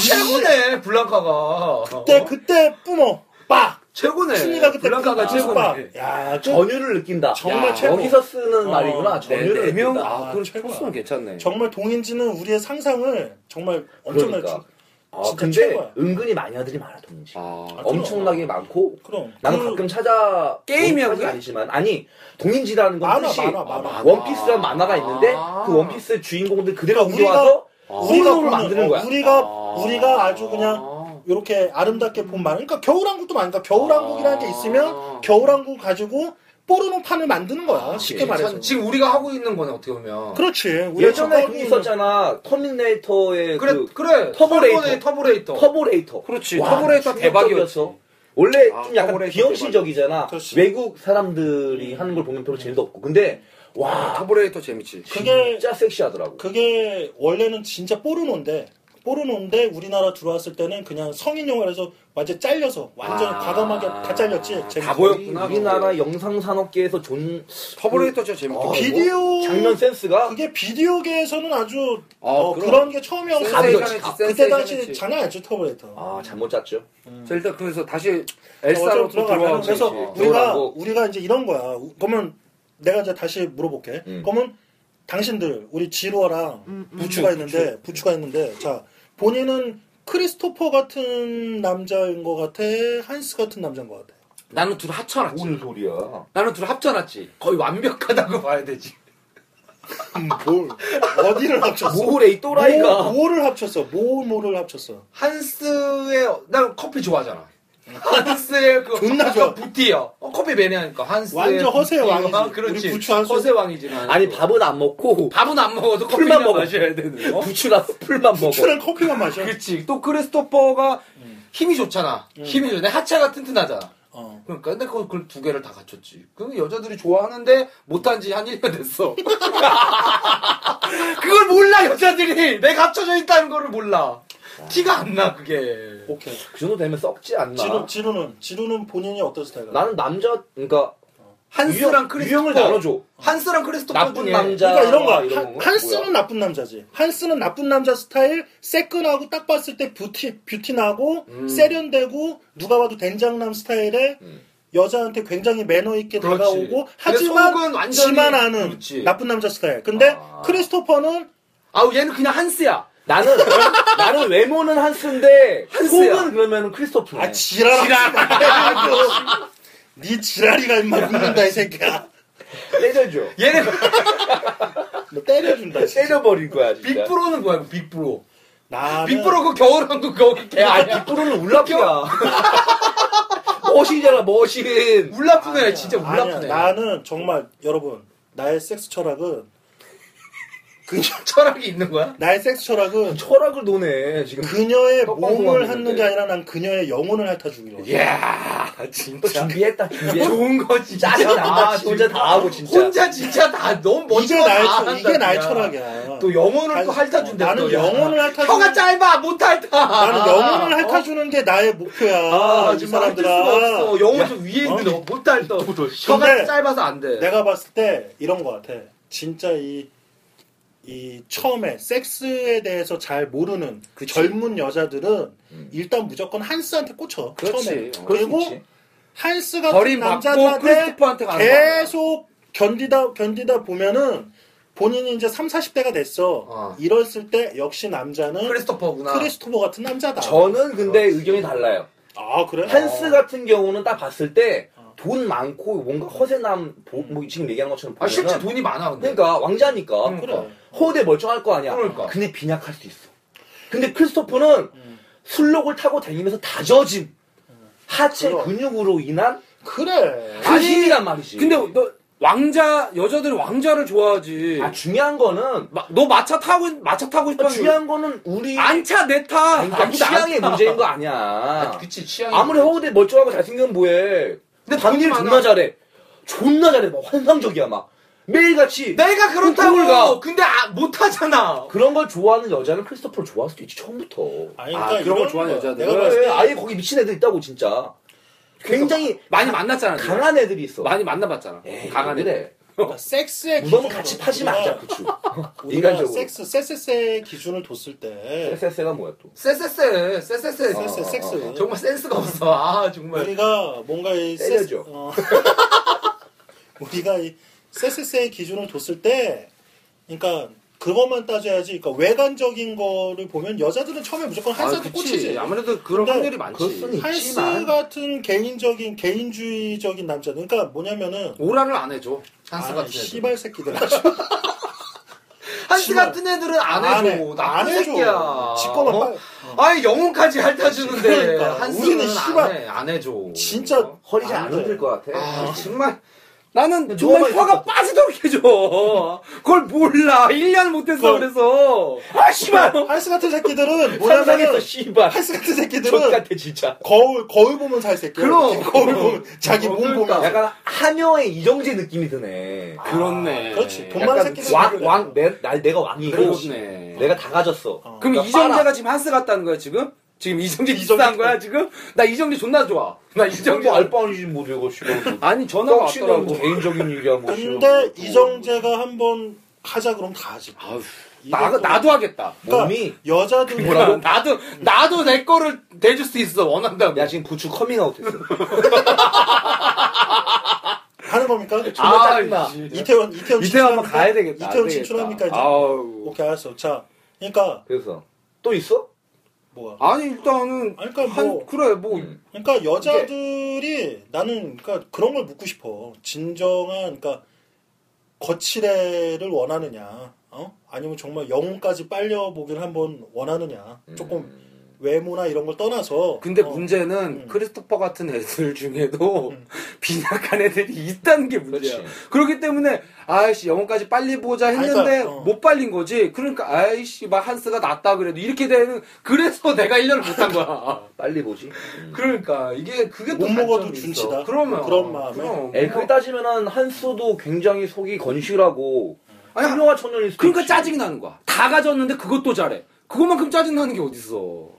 S3: 최고네 블랑카가.
S1: 그때 그때 뿜어 빡
S3: 최고네.
S1: 춘리가 그때 뿜어,
S3: 블랑카가 최고네.
S1: 빡. 야 저,
S2: 전율을 느낀다.
S1: 정말
S3: 야,
S1: 최고. 어,
S2: 여기서 쓰는 말이구나.
S3: 네,
S2: 전율을
S3: 네 명.
S2: 느낀다.
S3: 아, 그럼
S1: 최고야.
S3: 최고는 괜찮네.
S1: 정말 동인지는 우리의 상상을 정말 엄청나게
S2: 그러니까.
S1: 주-
S2: 아,
S1: 진짜
S2: 근데
S1: 최고야.
S2: 은근히 마녀들이 많아, 동인지.
S3: 아,
S2: 엄청나게 많고.
S1: 그럼
S2: 나는
S1: 그-
S2: 가끔 찾아
S3: 게임이야,
S2: 건
S3: 그게?
S2: 아니지만 아니 동인지라는 건
S1: 만화,
S2: 뜻이
S1: 만화, 만화.
S2: 원피스라는 만화가 있는데
S3: 아.
S2: 그 원피스 주인공들 그대로
S1: 그러니까
S2: 옮겨와서
S1: 우리가
S2: 홈으로
S1: 보는-
S2: 만드는
S1: 어,
S2: 거야.
S1: 우리가
S3: 아.
S1: 우리가 아주 그냥 이렇게 아름답게 본 말. 그러니까 겨울왕국도 많이. 그러니까 겨울왕국이라는 게
S3: 아.
S1: 있으면 겨울왕국 가지고 뽀르노판을 만드는
S2: 아,
S1: 거야. 쉽게 말해서.
S3: 지금 우리가 하고 있는 거네 어떻게 보면.
S1: 그렇지. 우리가
S2: 예전에
S1: 처음
S2: 그 있었잖아 터미네이터의
S3: 그래
S2: 그
S3: 그래
S2: 터보레이터.
S3: 터보레이터 터보레이터
S2: 터보레이터.
S3: 그렇지, 터보레이터 대박이었어.
S2: 원래
S3: 아,
S2: 좀 약간
S3: 터보레이터 음.
S2: 비현실적이잖아.
S1: 그렇지.
S2: 외국 사람들이 하는 걸 보면 별로 재미도 없고. 근데 와
S3: 터보레이터 재밌지
S1: 그게
S2: 진짜 섹시하더라고.
S1: 그게 원래는 진짜 뽀르노인데 뽀르노인데 우리나라 들어왔을 때는 그냥 성인 영화라서 완전 잘려서 완전
S3: 아.
S1: 과감하게 다 잘렸지.
S3: 다
S1: 재밌게.
S3: 보여.
S2: 우리-
S3: 그거.
S2: 우리나라 영상 산업계에서 존
S3: 터보레이터 진짜 재밌게
S2: 어,
S1: 아, 비디오
S2: 장면 센스가
S1: 그게 비디오계에서는 아주
S3: 아,
S1: 어,
S3: 그럼.
S1: 그런 게 처음이었어.
S3: 센세이션이지,
S1: 아, 그때 당시
S3: 센세이션이지.
S1: 장난 아니죠 터보레이터. 어,
S2: 아 잘못 짰죠.
S3: 자 일단 그래서 다시
S1: 어쩌고
S3: 엘사로 음. 또
S1: 들어가면
S3: 돌아가고
S1: 그래서
S2: 있지.
S1: 우리가
S2: 들어가고.
S1: 우리가 이제 이런 거야. 우- 그러면 내가 이제 다시 물어볼게.
S2: 음.
S1: 그러면 당신들 우리 지루어랑 부추가 있는데 부추. 가 있는데 자 본인은 크리스토퍼 같은 남자인 것 같아. 한스 같은 남자인 것 같아.
S3: 나는 둘 합쳐놨지
S1: 음.
S2: 뭔 소리야?
S3: 나는 둘 합쳐놨지 거의 완벽하다고 봐야 되지
S1: 뭘 어디를 합쳤어?
S2: 모레이 또라이가
S1: 모, 를 합쳤어. 모 모를 합쳤어.
S3: 한스의 난 커피 좋아하잖아 한스의 그
S1: 존나 좋아.
S3: 부티요 어, 커피 매니아니까 한스의
S1: 완전 허세
S3: 부티와
S1: 왕이지.
S3: 그렇지
S1: 우리 부추 한스.
S3: 허세 왕이지만
S2: 아니 밥은 안 먹고
S3: 밥은 안 먹어도
S2: 풀만
S3: 커피만
S2: 먹어.
S3: 마셔야 되는 어?
S2: 부추랑 풀만 먹어.
S1: 부추랑 커피만 마셔.
S3: 그렇지 또 크리스토퍼가
S1: 음.
S3: 힘이 좋잖아 힘이 좋네 하체가 튼튼하잖아
S1: 어.
S3: 그러니까 근데 그걸, 그걸 두 개를 다 갖췄지. 그 여자들이 좋아하는데 못한 지 한 1년 됐어. 그걸 몰라 여자들이. 내가 갖춰져 있다는 거를 몰라.
S5: 티가 안 나 그게.
S1: 오케이.
S2: 그 정도 되면 썩지 않나.
S1: 지루 지루는 지루는 본인이 어떤 스타일이야?
S2: 나는 남자 그러니까
S5: 한스랑
S2: 유형을
S5: 크리스토퍼.
S2: 나눠줘.
S5: 한스랑 크리스토퍼
S2: 나쁜
S5: 중에
S2: 남자
S1: 그러니까 이런 거야.
S2: 이런
S1: 한-
S2: 건가?
S1: 한스는
S2: 뭐야?
S1: 나쁜 남자지. 한스는 나쁜 남자 스타일, 세끈하고 딱 봤을 때 뷰티, 뷰티나고,
S5: 음.
S1: 세련되고, 누가 봐도 된장남 스타일에 여자한테 굉장히 매너 있게
S5: 그렇지.
S1: 다가오고,
S5: 근데 속은
S1: 하지만
S5: 완전히
S1: 지만 아는
S5: 그렇지.
S1: 나쁜 남자 스타일. 근데
S2: 아.
S1: 크리스토퍼는
S5: 아우 얘는 그냥 한스야.
S2: 나는 나는 외모는 한스인데
S5: 한스야.
S2: 속은 그러면 크리스토프네.
S1: 아 지랄. 지랄. 네 지랄이가 임마 붙는다 이 새끼야.
S2: 때려줘.
S5: 얘는
S1: 너뭐 때려준다. 진짜.
S2: 때려버릴 거야 진짜.
S5: 빅브로는 뭐야? 그 빅브로.
S1: 나는
S5: 빅브로 그 겨울왕국 거기 걔
S2: 야,
S5: 아니야?
S2: 빅브로는 울라프야. 머신이잖아 머신.
S5: 울라프네 진짜
S1: 아니야.
S5: 울라프네.
S1: 나는 정말 여러분 나의 섹스 철학은 그냥
S5: 철학이 있는 거야?
S1: 나의 섹스 철학은
S2: 철학을 노네 지금.
S1: 그녀의 몸을
S2: 떡방송하고
S1: 핥는
S2: 있는데.
S1: 게 아니라 난 그녀의 영혼을 핥아주기로. 예.
S5: 이야
S2: 또
S5: 진짜
S2: 준비했다 준비해.
S5: 좋은 거 아, 진짜
S2: 짜증나
S5: 지금.
S2: 혼자 다 하고 진짜.
S5: 혼자 진짜 다 너무
S1: 이게
S5: 멋진 거다
S1: 나의 철,
S5: 한다,
S1: 이게 나의
S5: 그냥.
S1: 철학이야.
S5: 아, 또 영혼을 또
S1: 아니,
S5: 핥아준다
S1: 나는
S5: 또. 야.
S1: 영혼을 핥아주는-
S5: 혀가 짧아 못 핥아 어?
S1: 나는 영혼을 핥아주는 게 나의 목표야.
S5: 아,
S1: 이
S5: 지금 할 수가
S1: 사람들아.
S5: 없어. 영혼 좀 위에
S1: 어?
S5: 있는데 어? 못 핥아
S1: 근데
S5: 혀가 짧아서 안돼
S1: 내가 봤을 때 이런 것 같아. 진짜 이, 이 처음에 섹스에 대해서 잘 모르는 그 젊은 여자들은 일단 무조건 한스한테 꽂혀. 처음에.
S3: 음. 그렇지.
S1: 그리고
S2: 그렇지.
S1: 한스 같은
S3: 버림 받고
S1: 남자한테
S3: 크리스토퍼한테 가는 거야.
S1: 계속 견디다 견디다 보면은 본인이 이제 3, 40대가 됐어.
S5: 어.
S1: 이랬을 때 역시 남자는
S5: 크리스토퍼구나
S1: 크리스토퍼 같은 남자다.
S2: 저는 어. 근데 의견이 달라요.
S1: 아 그래?
S2: 한스 같은 경우는 딱 봤을 때 돈 많고 뭔가 허세남 보- 뭐 지금 얘기한 것처럼
S5: 아
S2: 보면
S5: 실제 돈이 많아 근데
S2: 그러니까 왕자니까
S5: 음,
S1: 그래.
S2: 허우대 멀쩡할 거 아니야.
S5: 그러니까.
S2: 근데 빈약할 수 있어. 근데 크리스토퍼는 술록을 타고 다니면서 다져짐 하체
S1: 그럼.
S2: 근육으로 인한
S1: 그래.
S2: 그
S3: 아니,
S2: 힘이란 말이지.
S3: 근데 뭐, 너 왕자 여자들은 왕자를 좋아하지.
S2: 아 중요한 거는 아,
S3: 마- 너 마차 타고 마차 타고 싶어.
S2: 중요한 거는 우리
S3: 안차 내 타.
S2: 아니, 그러니까
S3: 그러니까 아무도 안
S2: 취향의
S3: 타.
S2: 문제인 거 아니야.
S5: 그치 취향이
S2: 아무리 허우대 멀쩡하고 잘생기면 뭐해.
S5: 근데
S2: 반일
S5: 돈이
S2: 존나
S5: 많아.
S2: 잘해. 존나 잘해. 막 환상적이야 막. 매일같이
S3: 네.
S5: 내가
S2: 그걸 가.
S5: 그렇다고 근데 아, 못 하잖아
S2: 그런 걸 좋아하는 여자는 크리스토퍼를 좋아할 수도 있지 처음부터.
S1: 아니,
S3: 아,
S1: 그러니까
S3: 그런 걸
S1: 이런 거야.
S3: 좋아하는 여자들.
S1: 내가 봤을
S2: 왜?
S1: 때
S2: 아예 거기 미친 애들 있다고 진짜. 굉장히
S3: 많이 만났잖아. 내가.
S2: 강한 애들이 있어.
S3: 많이 만나봤잖아.
S2: 에이,
S3: 강한
S2: 왜
S3: 애들.
S2: 그래.
S1: 그러니까 섹스의
S2: 무덤
S1: 기준을
S2: 같이
S1: 우리가-
S2: 파지 말자 그쵸.
S1: 우리가
S2: 인간적으로.
S1: 섹스 섹스의 기준을 뒀을 때
S2: 세세세가 뭐야 또.
S5: 쎄쎄쎄 쎄쎄쎄
S1: 섹스
S2: 어,
S1: 섹스 네,
S2: 어,
S5: 정말 센스가 없어 아 정말
S1: 우리가 뭔가 이 섹스
S2: 때려줘.
S1: 어. 우리가 이 섹스의 기준을 뒀을 때 그러니까 그것만 따져야지 그러니까 외관적인 거를 보면 여자들은 처음에 무조건
S3: 아,
S1: 한사도 꽂히지
S3: 그치. 아무래도 그런
S1: 근데
S3: 확률이 많지.
S2: 그것은
S1: 한스
S2: 있지만.
S1: 같은 개인적인 개인주의적인 남자들 그러니까 뭐냐면은
S3: 오라를 안 해줘.
S5: 한스
S1: 아,
S5: 같은 애들
S1: 씨발 새끼들
S5: 한스
S1: 씨발.
S5: 같은 애들은 안
S1: 안
S5: 해줘
S1: 해.
S5: 나쁜
S1: 안 해줘.
S5: 새끼야
S1: 지 거만
S5: 어?
S1: 빨리.
S5: 아니 영혼까지 핥아주는데
S1: 그러니까. 우리는
S5: 한스는
S1: 씨발-
S5: 안 해, 안 해줘
S1: 진짜
S2: 허리 잘
S1: 안
S2: 안
S1: 돼.
S2: 흔들 것 같아.
S5: 아 정말
S3: 나는
S2: 근데
S3: 정말
S2: 누워만
S3: 화가
S2: 있었거든.
S3: 빠지도록 해줘. 그걸 몰라. 1년 못했어
S1: 그걸-
S3: 그래서.
S2: 아 씨발.
S1: 한스 같은 새끼들은
S2: 상상했어
S1: 뭐냐면은
S2: 씨발.
S1: 한스 같은
S2: 족
S1: 새끼들은
S2: 같아 진짜.
S1: 거울 거울 보면 살 새끼
S5: 그럼.
S1: 거울 보면 자기 몸 보면
S5: 그러니까.
S2: 약간 한여의 이정재 느낌이 드네.
S5: 아,
S3: 그렇네.
S1: 그렇지. 돈 많은
S2: 약간
S1: 새끼들
S2: 왕, 왕, 내, 날, 내가 왕이고
S3: 그렇네.
S2: 내가 다 가졌어.
S1: 어.
S3: 그럼
S2: 그러니까
S3: 이정재가
S2: 빨아.
S3: 지금 한스 같다는 거야 지금? 지금 이정재
S1: 이정재
S3: 비슷한 거야 지금? 나 이정재 존나 좋아. 나 이정재
S2: 이정도 알바운이지 뭐 내가 지금
S3: 아니 전화가
S2: 떡치는
S3: 왔더라고.
S2: 뭐 개인적인 일이야 뭐.
S1: 근데
S2: 지금.
S1: 이정재가 한번 하자 그럼 다 하지.
S3: 아휴,
S1: 이건
S3: 나,
S1: 또-
S3: 나도 하겠다.
S1: 그러니까
S2: 몸이
S1: 여자들
S3: 뭐라고? 나도 나도 내 거를 대줄 수 있어 원한다면.
S2: 야 지금 부추 커밍아웃 했어.
S1: 하는 겁니까?
S2: 정말 짜증나.
S1: 이태원 이태원
S3: 아, 이태원 한번
S1: 친출합니까?
S3: 가야 되겠다.
S1: 이태원
S3: 안 되겠다.
S1: 친출합니까 이제?
S3: 아우.
S1: 오케이 알았어. 자, 그러니까
S2: 그래서 또 있어?
S1: 뭐야?
S3: 아니 일단은
S1: 아니, 그러니까
S3: 한-
S1: 뭐-
S3: 그래 뭐
S2: 음.
S1: 그러니까 여자들이 나는 그러니까 그런 걸 묻고 싶어. 진정한 그러니까 거칠애를 원하느냐, 어? 아니면 정말 영혼까지 빨려 보길 한번 원하느냐. 조금 외모나 이런 걸 떠나서.
S3: 근데
S1: 어.
S3: 문제는
S1: 음.
S3: 크리스토퍼 같은 애들 중에도 빈약한 애들이 있다는 게 문제야.
S2: 그렇지.
S3: 그렇기 때문에 아이씨 영혼까지 빨리 보자 했는데
S1: 그러니까, 어.
S3: 못 빨린 거지. 그러니까 아이씨 막 한스가 낫다 그래도 이렇게 되는 그래서 내가 1년을 못한 거야.
S2: 빨리 보지.
S3: 그러니까 이게 그게 또
S1: 음. 못 먹어도
S3: 단점이 있어.
S1: 준치다.
S3: 그러면
S1: 그런 마음에.
S3: 그럼.
S2: 에이, 네, 그렇게 따지면은 한수도 굉장히 속이 건실하고
S3: 아니,
S2: 훌륭한 청년일 수도
S3: 그러니까
S2: 있지.
S3: 짜증이 나는 거야. 다 가졌는데 그것도 잘해. 그것만큼 짜증나는 게 어딨어.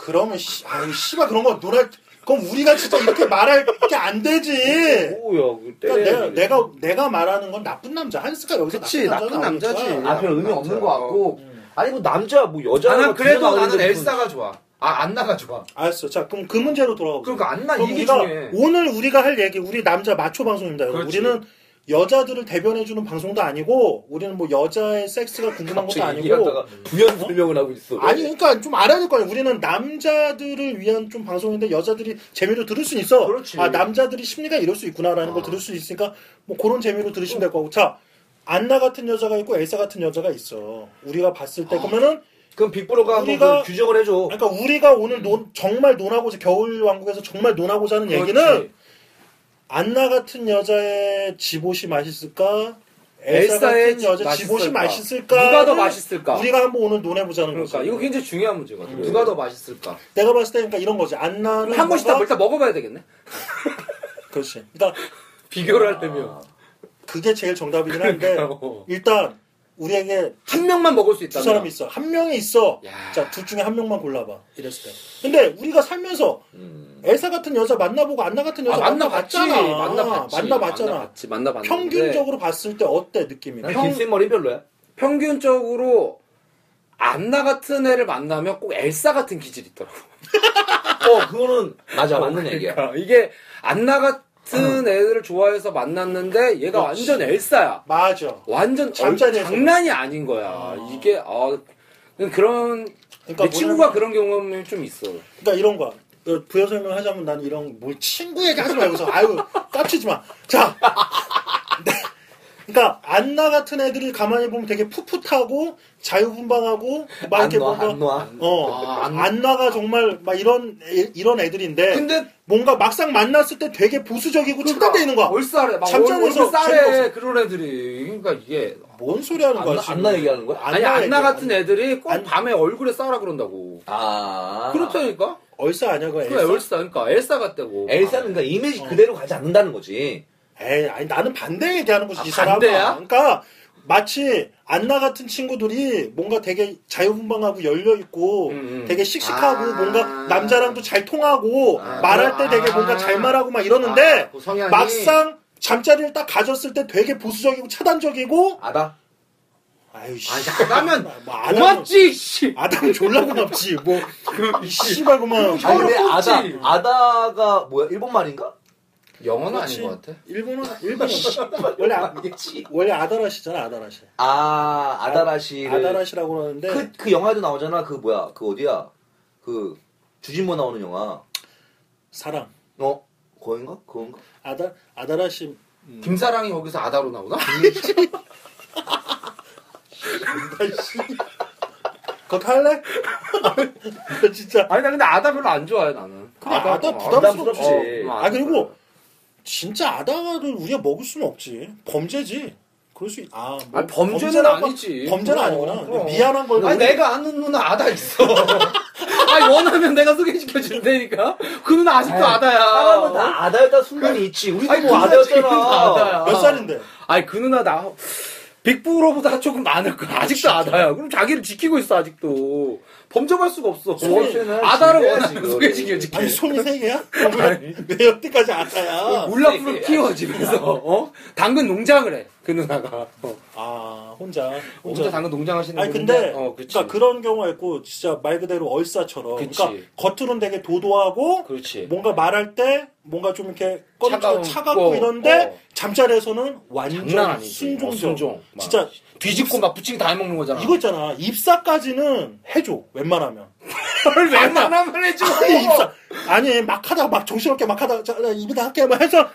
S1: 그러면 씨, 아이 씨발 그런 거 놀아. 그럼 우리가 진짜 이렇게 말할 게 안 되지.
S2: 네. 뭐야 그
S1: 네. 그러니까
S2: 때려야
S1: 내가 내가 내가 말하는 건 나쁜 남자 한스가 여기서
S4: 그치,
S1: 나쁜,
S4: 나쁜
S1: 남자
S4: 남자지.
S2: 아 그냥 의미 없는 거 같고
S1: 음.
S2: 아니 뭐 남자 뭐 여자
S5: 나는 그래도 나는 엘사가 좋아. 아 안나가 좋아.
S1: 알았어. 자 그럼 그 문제로 돌아가. 보자.
S5: 그러니까 안나
S1: 그럼
S5: 이게
S1: 우리가
S5: 중요해.
S1: 오늘 우리가 할 얘기 우리 남자 마초 방송입니다. 여러분.
S5: 그렇지.
S1: 우리는 여자들을 대변해주는 방송도 아니고 우리는 뭐 여자의 섹스가 궁금한 것도
S2: 갑자기
S1: 아니고
S2: 얘기하다가 부연 설명을 하고 있어
S1: 아니 그러니까 좀 알아야 될 거 아니야. 우리는 남자들을 위한 좀 방송인데 여자들이 재미로 들을 수 있어.
S5: 그렇지.
S1: 아 남자들이 심리가 이럴 수 있구나라는 걸 들을 수 있으니까 뭐 그런 재미로 들으시면 될 거고. 자 안나 같은 여자가 있고 엘사 같은 여자가 있어. 우리가 봤을 때 그러면은
S2: 그럼 빅브로가 한번
S1: 우리가-
S2: 그 규정을 해줘
S1: 그러니까 우리가 오늘 논- 정말 논하고자 겨울 왕국에서 정말 논하고자 하는 얘기는 안나 같은 여자의 집옷이 맛있을까? 엘사
S3: 엘사의
S1: 같은 여자
S3: 집
S1: 집옷이
S3: 맛있을까?
S1: 맛있을까?
S3: 누가 더 맛있을까?
S1: 우리가 한번 오늘 논해보자는
S3: 그러니까
S1: 거지.
S3: 이거 굉장히 중요한 문제거든.
S2: 그래.
S5: 누가 더 맛있을까?
S1: 내가 봤을 때 그러니까 이런 거지. 안나는
S3: 한 번씩 다
S1: 뭔가-
S3: 일단 먹어봐야 되겠네.
S1: 그렇지. 그러니까
S3: 비교를 할
S5: 아.
S3: 때면
S1: 그게 제일 정답이긴 한데 일단 우리에게
S3: 한 명만 먹을 수
S1: 두
S3: 있다면
S1: 사람이 있어. 한 명이 있어.
S3: 야.
S1: 자, 둘 중에 한 명만 골라봐. 이랬을 때. 근데 우리가 살면서
S2: 음.
S1: 엘사 같은 여자 만나보고 안나 같은 여자
S3: 아,
S1: 만나봤지.
S3: 만나봤지. 만나봤지.
S1: 만나봤잖아.
S3: 만나봤지. 만나봤는데
S1: 평균적으로 봤을 때 어때 느낌이?
S2: 난 김쌤 머리 별로야
S3: 평균적으로 안나 같은 애를 만나면 꼭 엘사 같은 기질이 있더라고. 어,
S2: 그거는 맞아 맞는 얘기야
S3: 그러니까 이게 안나 같은 애를 좋아해서 만났는데 얘가
S1: 그렇지.
S3: 완전 엘사야.
S1: 맞아.
S3: 완전
S1: 잠자리에서.
S3: 얼- 장난이 아닌 거야. 이게 아 그런
S1: 그러니까
S3: 내 친구가 그런 경험이 좀 있어.
S1: 그러니까 이런 거야. 어, 부여 설명하자면 난 이런 뭘 친구 얘기 하지 말고서 아유 깝치지 마. 자, 네. 그러니까 안나 같은 애들이 가만히 보면 되게 풋풋하고 자유분방하고 막
S3: 아,
S1: 이렇게
S2: 안놔
S1: 뭔가
S2: 안놔
S1: 어
S5: 아, 안-
S1: 안나가 정말 막 이런 애- 이런 애들인데
S5: 근데
S1: 뭔가 막상 만났을 때 되게 보수적이고 착각돼 있는 거야.
S5: 얼싸래. 막
S1: 잠자리에서
S5: 얼굴 싸래.
S1: 재미없어.
S5: 그런 애들이. 그러니까 이게
S1: 뭔 소리 하는 거야
S2: 안나-
S1: 지금?
S2: 안나 얘기하는 거야?
S3: 아니 안나
S1: 얘기야.
S3: 같은 애들이 꼭
S1: 안-
S3: 밤에 얼굴에 싸라 그런다고.
S2: 아
S3: 그렇다니까?
S1: 얼싸 아니야 그
S3: 그래
S1: 엘사?
S3: 엘사 그러니까 엘사 같다고. 아,
S2: 엘사는 그러니까 이미지 그대로 가지 않는다는 거지
S1: 에이, 아니 나는 반대 얘기하는 거지
S3: 아,
S1: 이 사람아.
S3: 반대야?
S1: 그러니까 마치 안나 같은 친구들이 뭔가 되게 자유분방하고 열려 있고
S3: 음, 음.
S1: 되게 씩씩하고
S5: 아.
S1: 뭔가 남자랑도 잘 통하고
S5: 아,
S1: 말할 때
S5: 아.
S1: 되게 뭔가 잘 말하고 막 이러는데
S5: 아, 그 성향이
S1: 막상 잠자리를 딱 가졌을 때 되게 보수적이고 차단적이고
S2: 아다
S1: 아유 씨.
S5: 아, 약하면
S1: 뭐 아담
S3: 고맙지 씨.
S1: 아담 졸라고 남지 뭐 이 씨발 그만
S2: 아니 근데
S3: 뽑지.
S2: 아다 아다가 뭐야 일본 말인가?
S5: 영어는
S1: 그렇지.
S5: 아닌 것 같아.
S1: 일본은 일본 원래 아, 원래 아다라시잖아 아다라시
S2: 아 아다라시를
S1: 아다라시라고 네. 하는데
S2: 그, 그 영화에도 나오잖아. 그 뭐야? 그 어디야? 그 주진모 나오는 영화.
S1: 사랑
S2: 어? 거인가? 그건가?
S1: 아다 아다라시 음.
S5: 김사랑이 거기서 아다로 나오나?
S1: 그거 할래? 나 진짜
S3: 아니 나 근데 아다 별로 안 좋아해 나는.
S1: 그래, 아다
S3: 어,
S1: 부담스럽지.
S3: 어, 어,
S1: 아 그리고 진짜 아다가를 우리가 먹을 수는 없지 범죄지 그럴 수 있... 아, 뭐
S3: 아, 범죄는
S1: 범죄라고-
S3: 아니지.
S1: 범죄는
S3: 그럼,
S1: 아니구나
S3: 그럼.
S1: 미안한 걸
S5: 아니
S1: 모르-
S5: 내가 아는 누나 아다 있어.
S3: 어, 아니 원하면 내가 소개시켜 준다니까. 그 누나 아직도 아다야.
S2: 사람은 다 아다였다 순간이 있지. 우리도
S3: 아니,
S2: 뭐
S3: 그거지, 그건 다
S2: 아다였잖아.
S3: 아다야.
S1: 몇 살인데
S3: 아니 그 누나 나 빅브로보다 조금 많을 거야. 아직도 아다야. 그럼 자기를 지키고 있어 아직도. 범접할 수가 없어.
S2: 소개는
S3: 아다를
S2: 지켜야지,
S3: 원하면
S2: 그거를.
S3: 소개시켜 줄게.
S1: 아니 손이 세 개야? 내 여태까지 아다야
S3: 울라프를 키워 집에서. 어? 당근 농장을 해. 그 누나가. 어.
S1: 아 혼자
S3: 혼자 당근 농장 하시는
S1: 아니
S3: 분인데,
S1: 근데
S3: 어,
S1: 그
S3: 그치.
S1: 러니까 그런 경우가 있고 진짜 말 그대로 얼싸처럼
S3: 그치.
S1: 그러니까 겉으로는 되게 도도하고
S3: 그렇지.
S1: 뭔가 말할 때 뭔가 좀 이렇게 꺼리고
S3: 차가운
S1: 차갑고
S3: 거,
S1: 이런데
S3: 어.
S1: 잠자리에서는
S3: 장난
S1: 완전
S3: 아니지.
S1: 순종적
S3: 어, 순종. 막.
S1: 진짜
S3: 뒤집고 막 부침이 다 해먹는 거잖아.
S1: 이거 있잖아 입사까지는 해줘 웬만하면
S3: 어. 뭘 웬만하면 해줘.
S1: 아니 입사 아니 막 하다가 막 정신없게 막 하다가 자, 나 입이다 할게 막 해서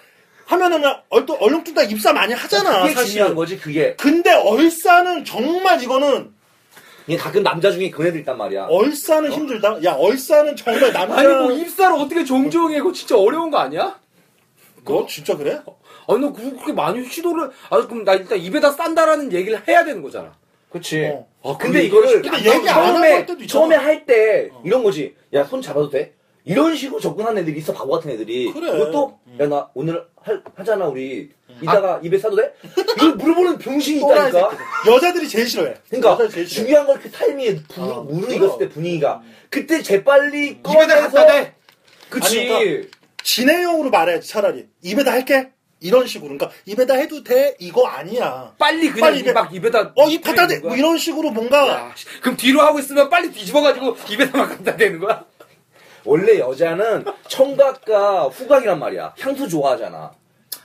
S1: 하면은 얼또 얼렁뚱땅 입사 많이 하잖아
S2: 그게 중요한
S1: 사실
S2: 거지. 그게
S1: 근데 얼싸는 정말 이거는
S2: 이게 가끔 남자 중에 그런 애들 있단 말이야.
S1: 어. 얼싸는 힘들다. 야 얼싸는 정말 남자.
S3: 아니 뭐 입사를 어떻게 종종해? 그거 진짜 어려운 거 아니야?
S1: 너 진짜 그래?
S3: 아니 너 그렇게 많이 시도를 아 그럼 나 일단 입에다 싼다라는 얘기를 해야 되는 거잖아.
S2: 그치.
S1: 어.
S3: 아
S2: 근데 이거를
S1: 근데 얘기 안하고할 때도 있잖아.
S2: 처음에 처음에 할 때 이런 거지. 야 손 잡아도 돼? 이런 식으로 접근하는 애들이 있어 바보 같은 애들이
S1: 그래.
S2: 그것도 야 나 오늘 할, 하잖아 우리 이따가 입에 싸도 돼? 이걸 물어보는 병신이 있다니까
S1: 여자들이 제일 싫어해.
S2: 그러니까
S1: 여자들이 제일 싫어.
S2: 중요한 건 그 타이밍에 분,
S5: 아,
S2: 물을
S5: 그럼.
S2: 익었을 때 분위기가 그때 재빨리
S5: 입에다 음, 갖다
S2: 꺼내서
S5: 대.
S1: 아니, 그러니까 진행형으로 말해야지 차라리 입에다 할게 이런 식으로. 그러니까 입에다 해도 돼 이거 아니야.
S3: 빨리 그냥
S1: 빨리 입에-
S3: 막 입에다
S1: 어 입 갖다 대. 뭐 이런 식으로 뭔가
S3: 야, 씨, 그럼 뒤로 하고 있으면 빨리 뒤집어가지고 입에다 막 갖다 대는 거야?
S2: 원래 여자는 청각과 후각이란 말이야 향수 좋아하잖아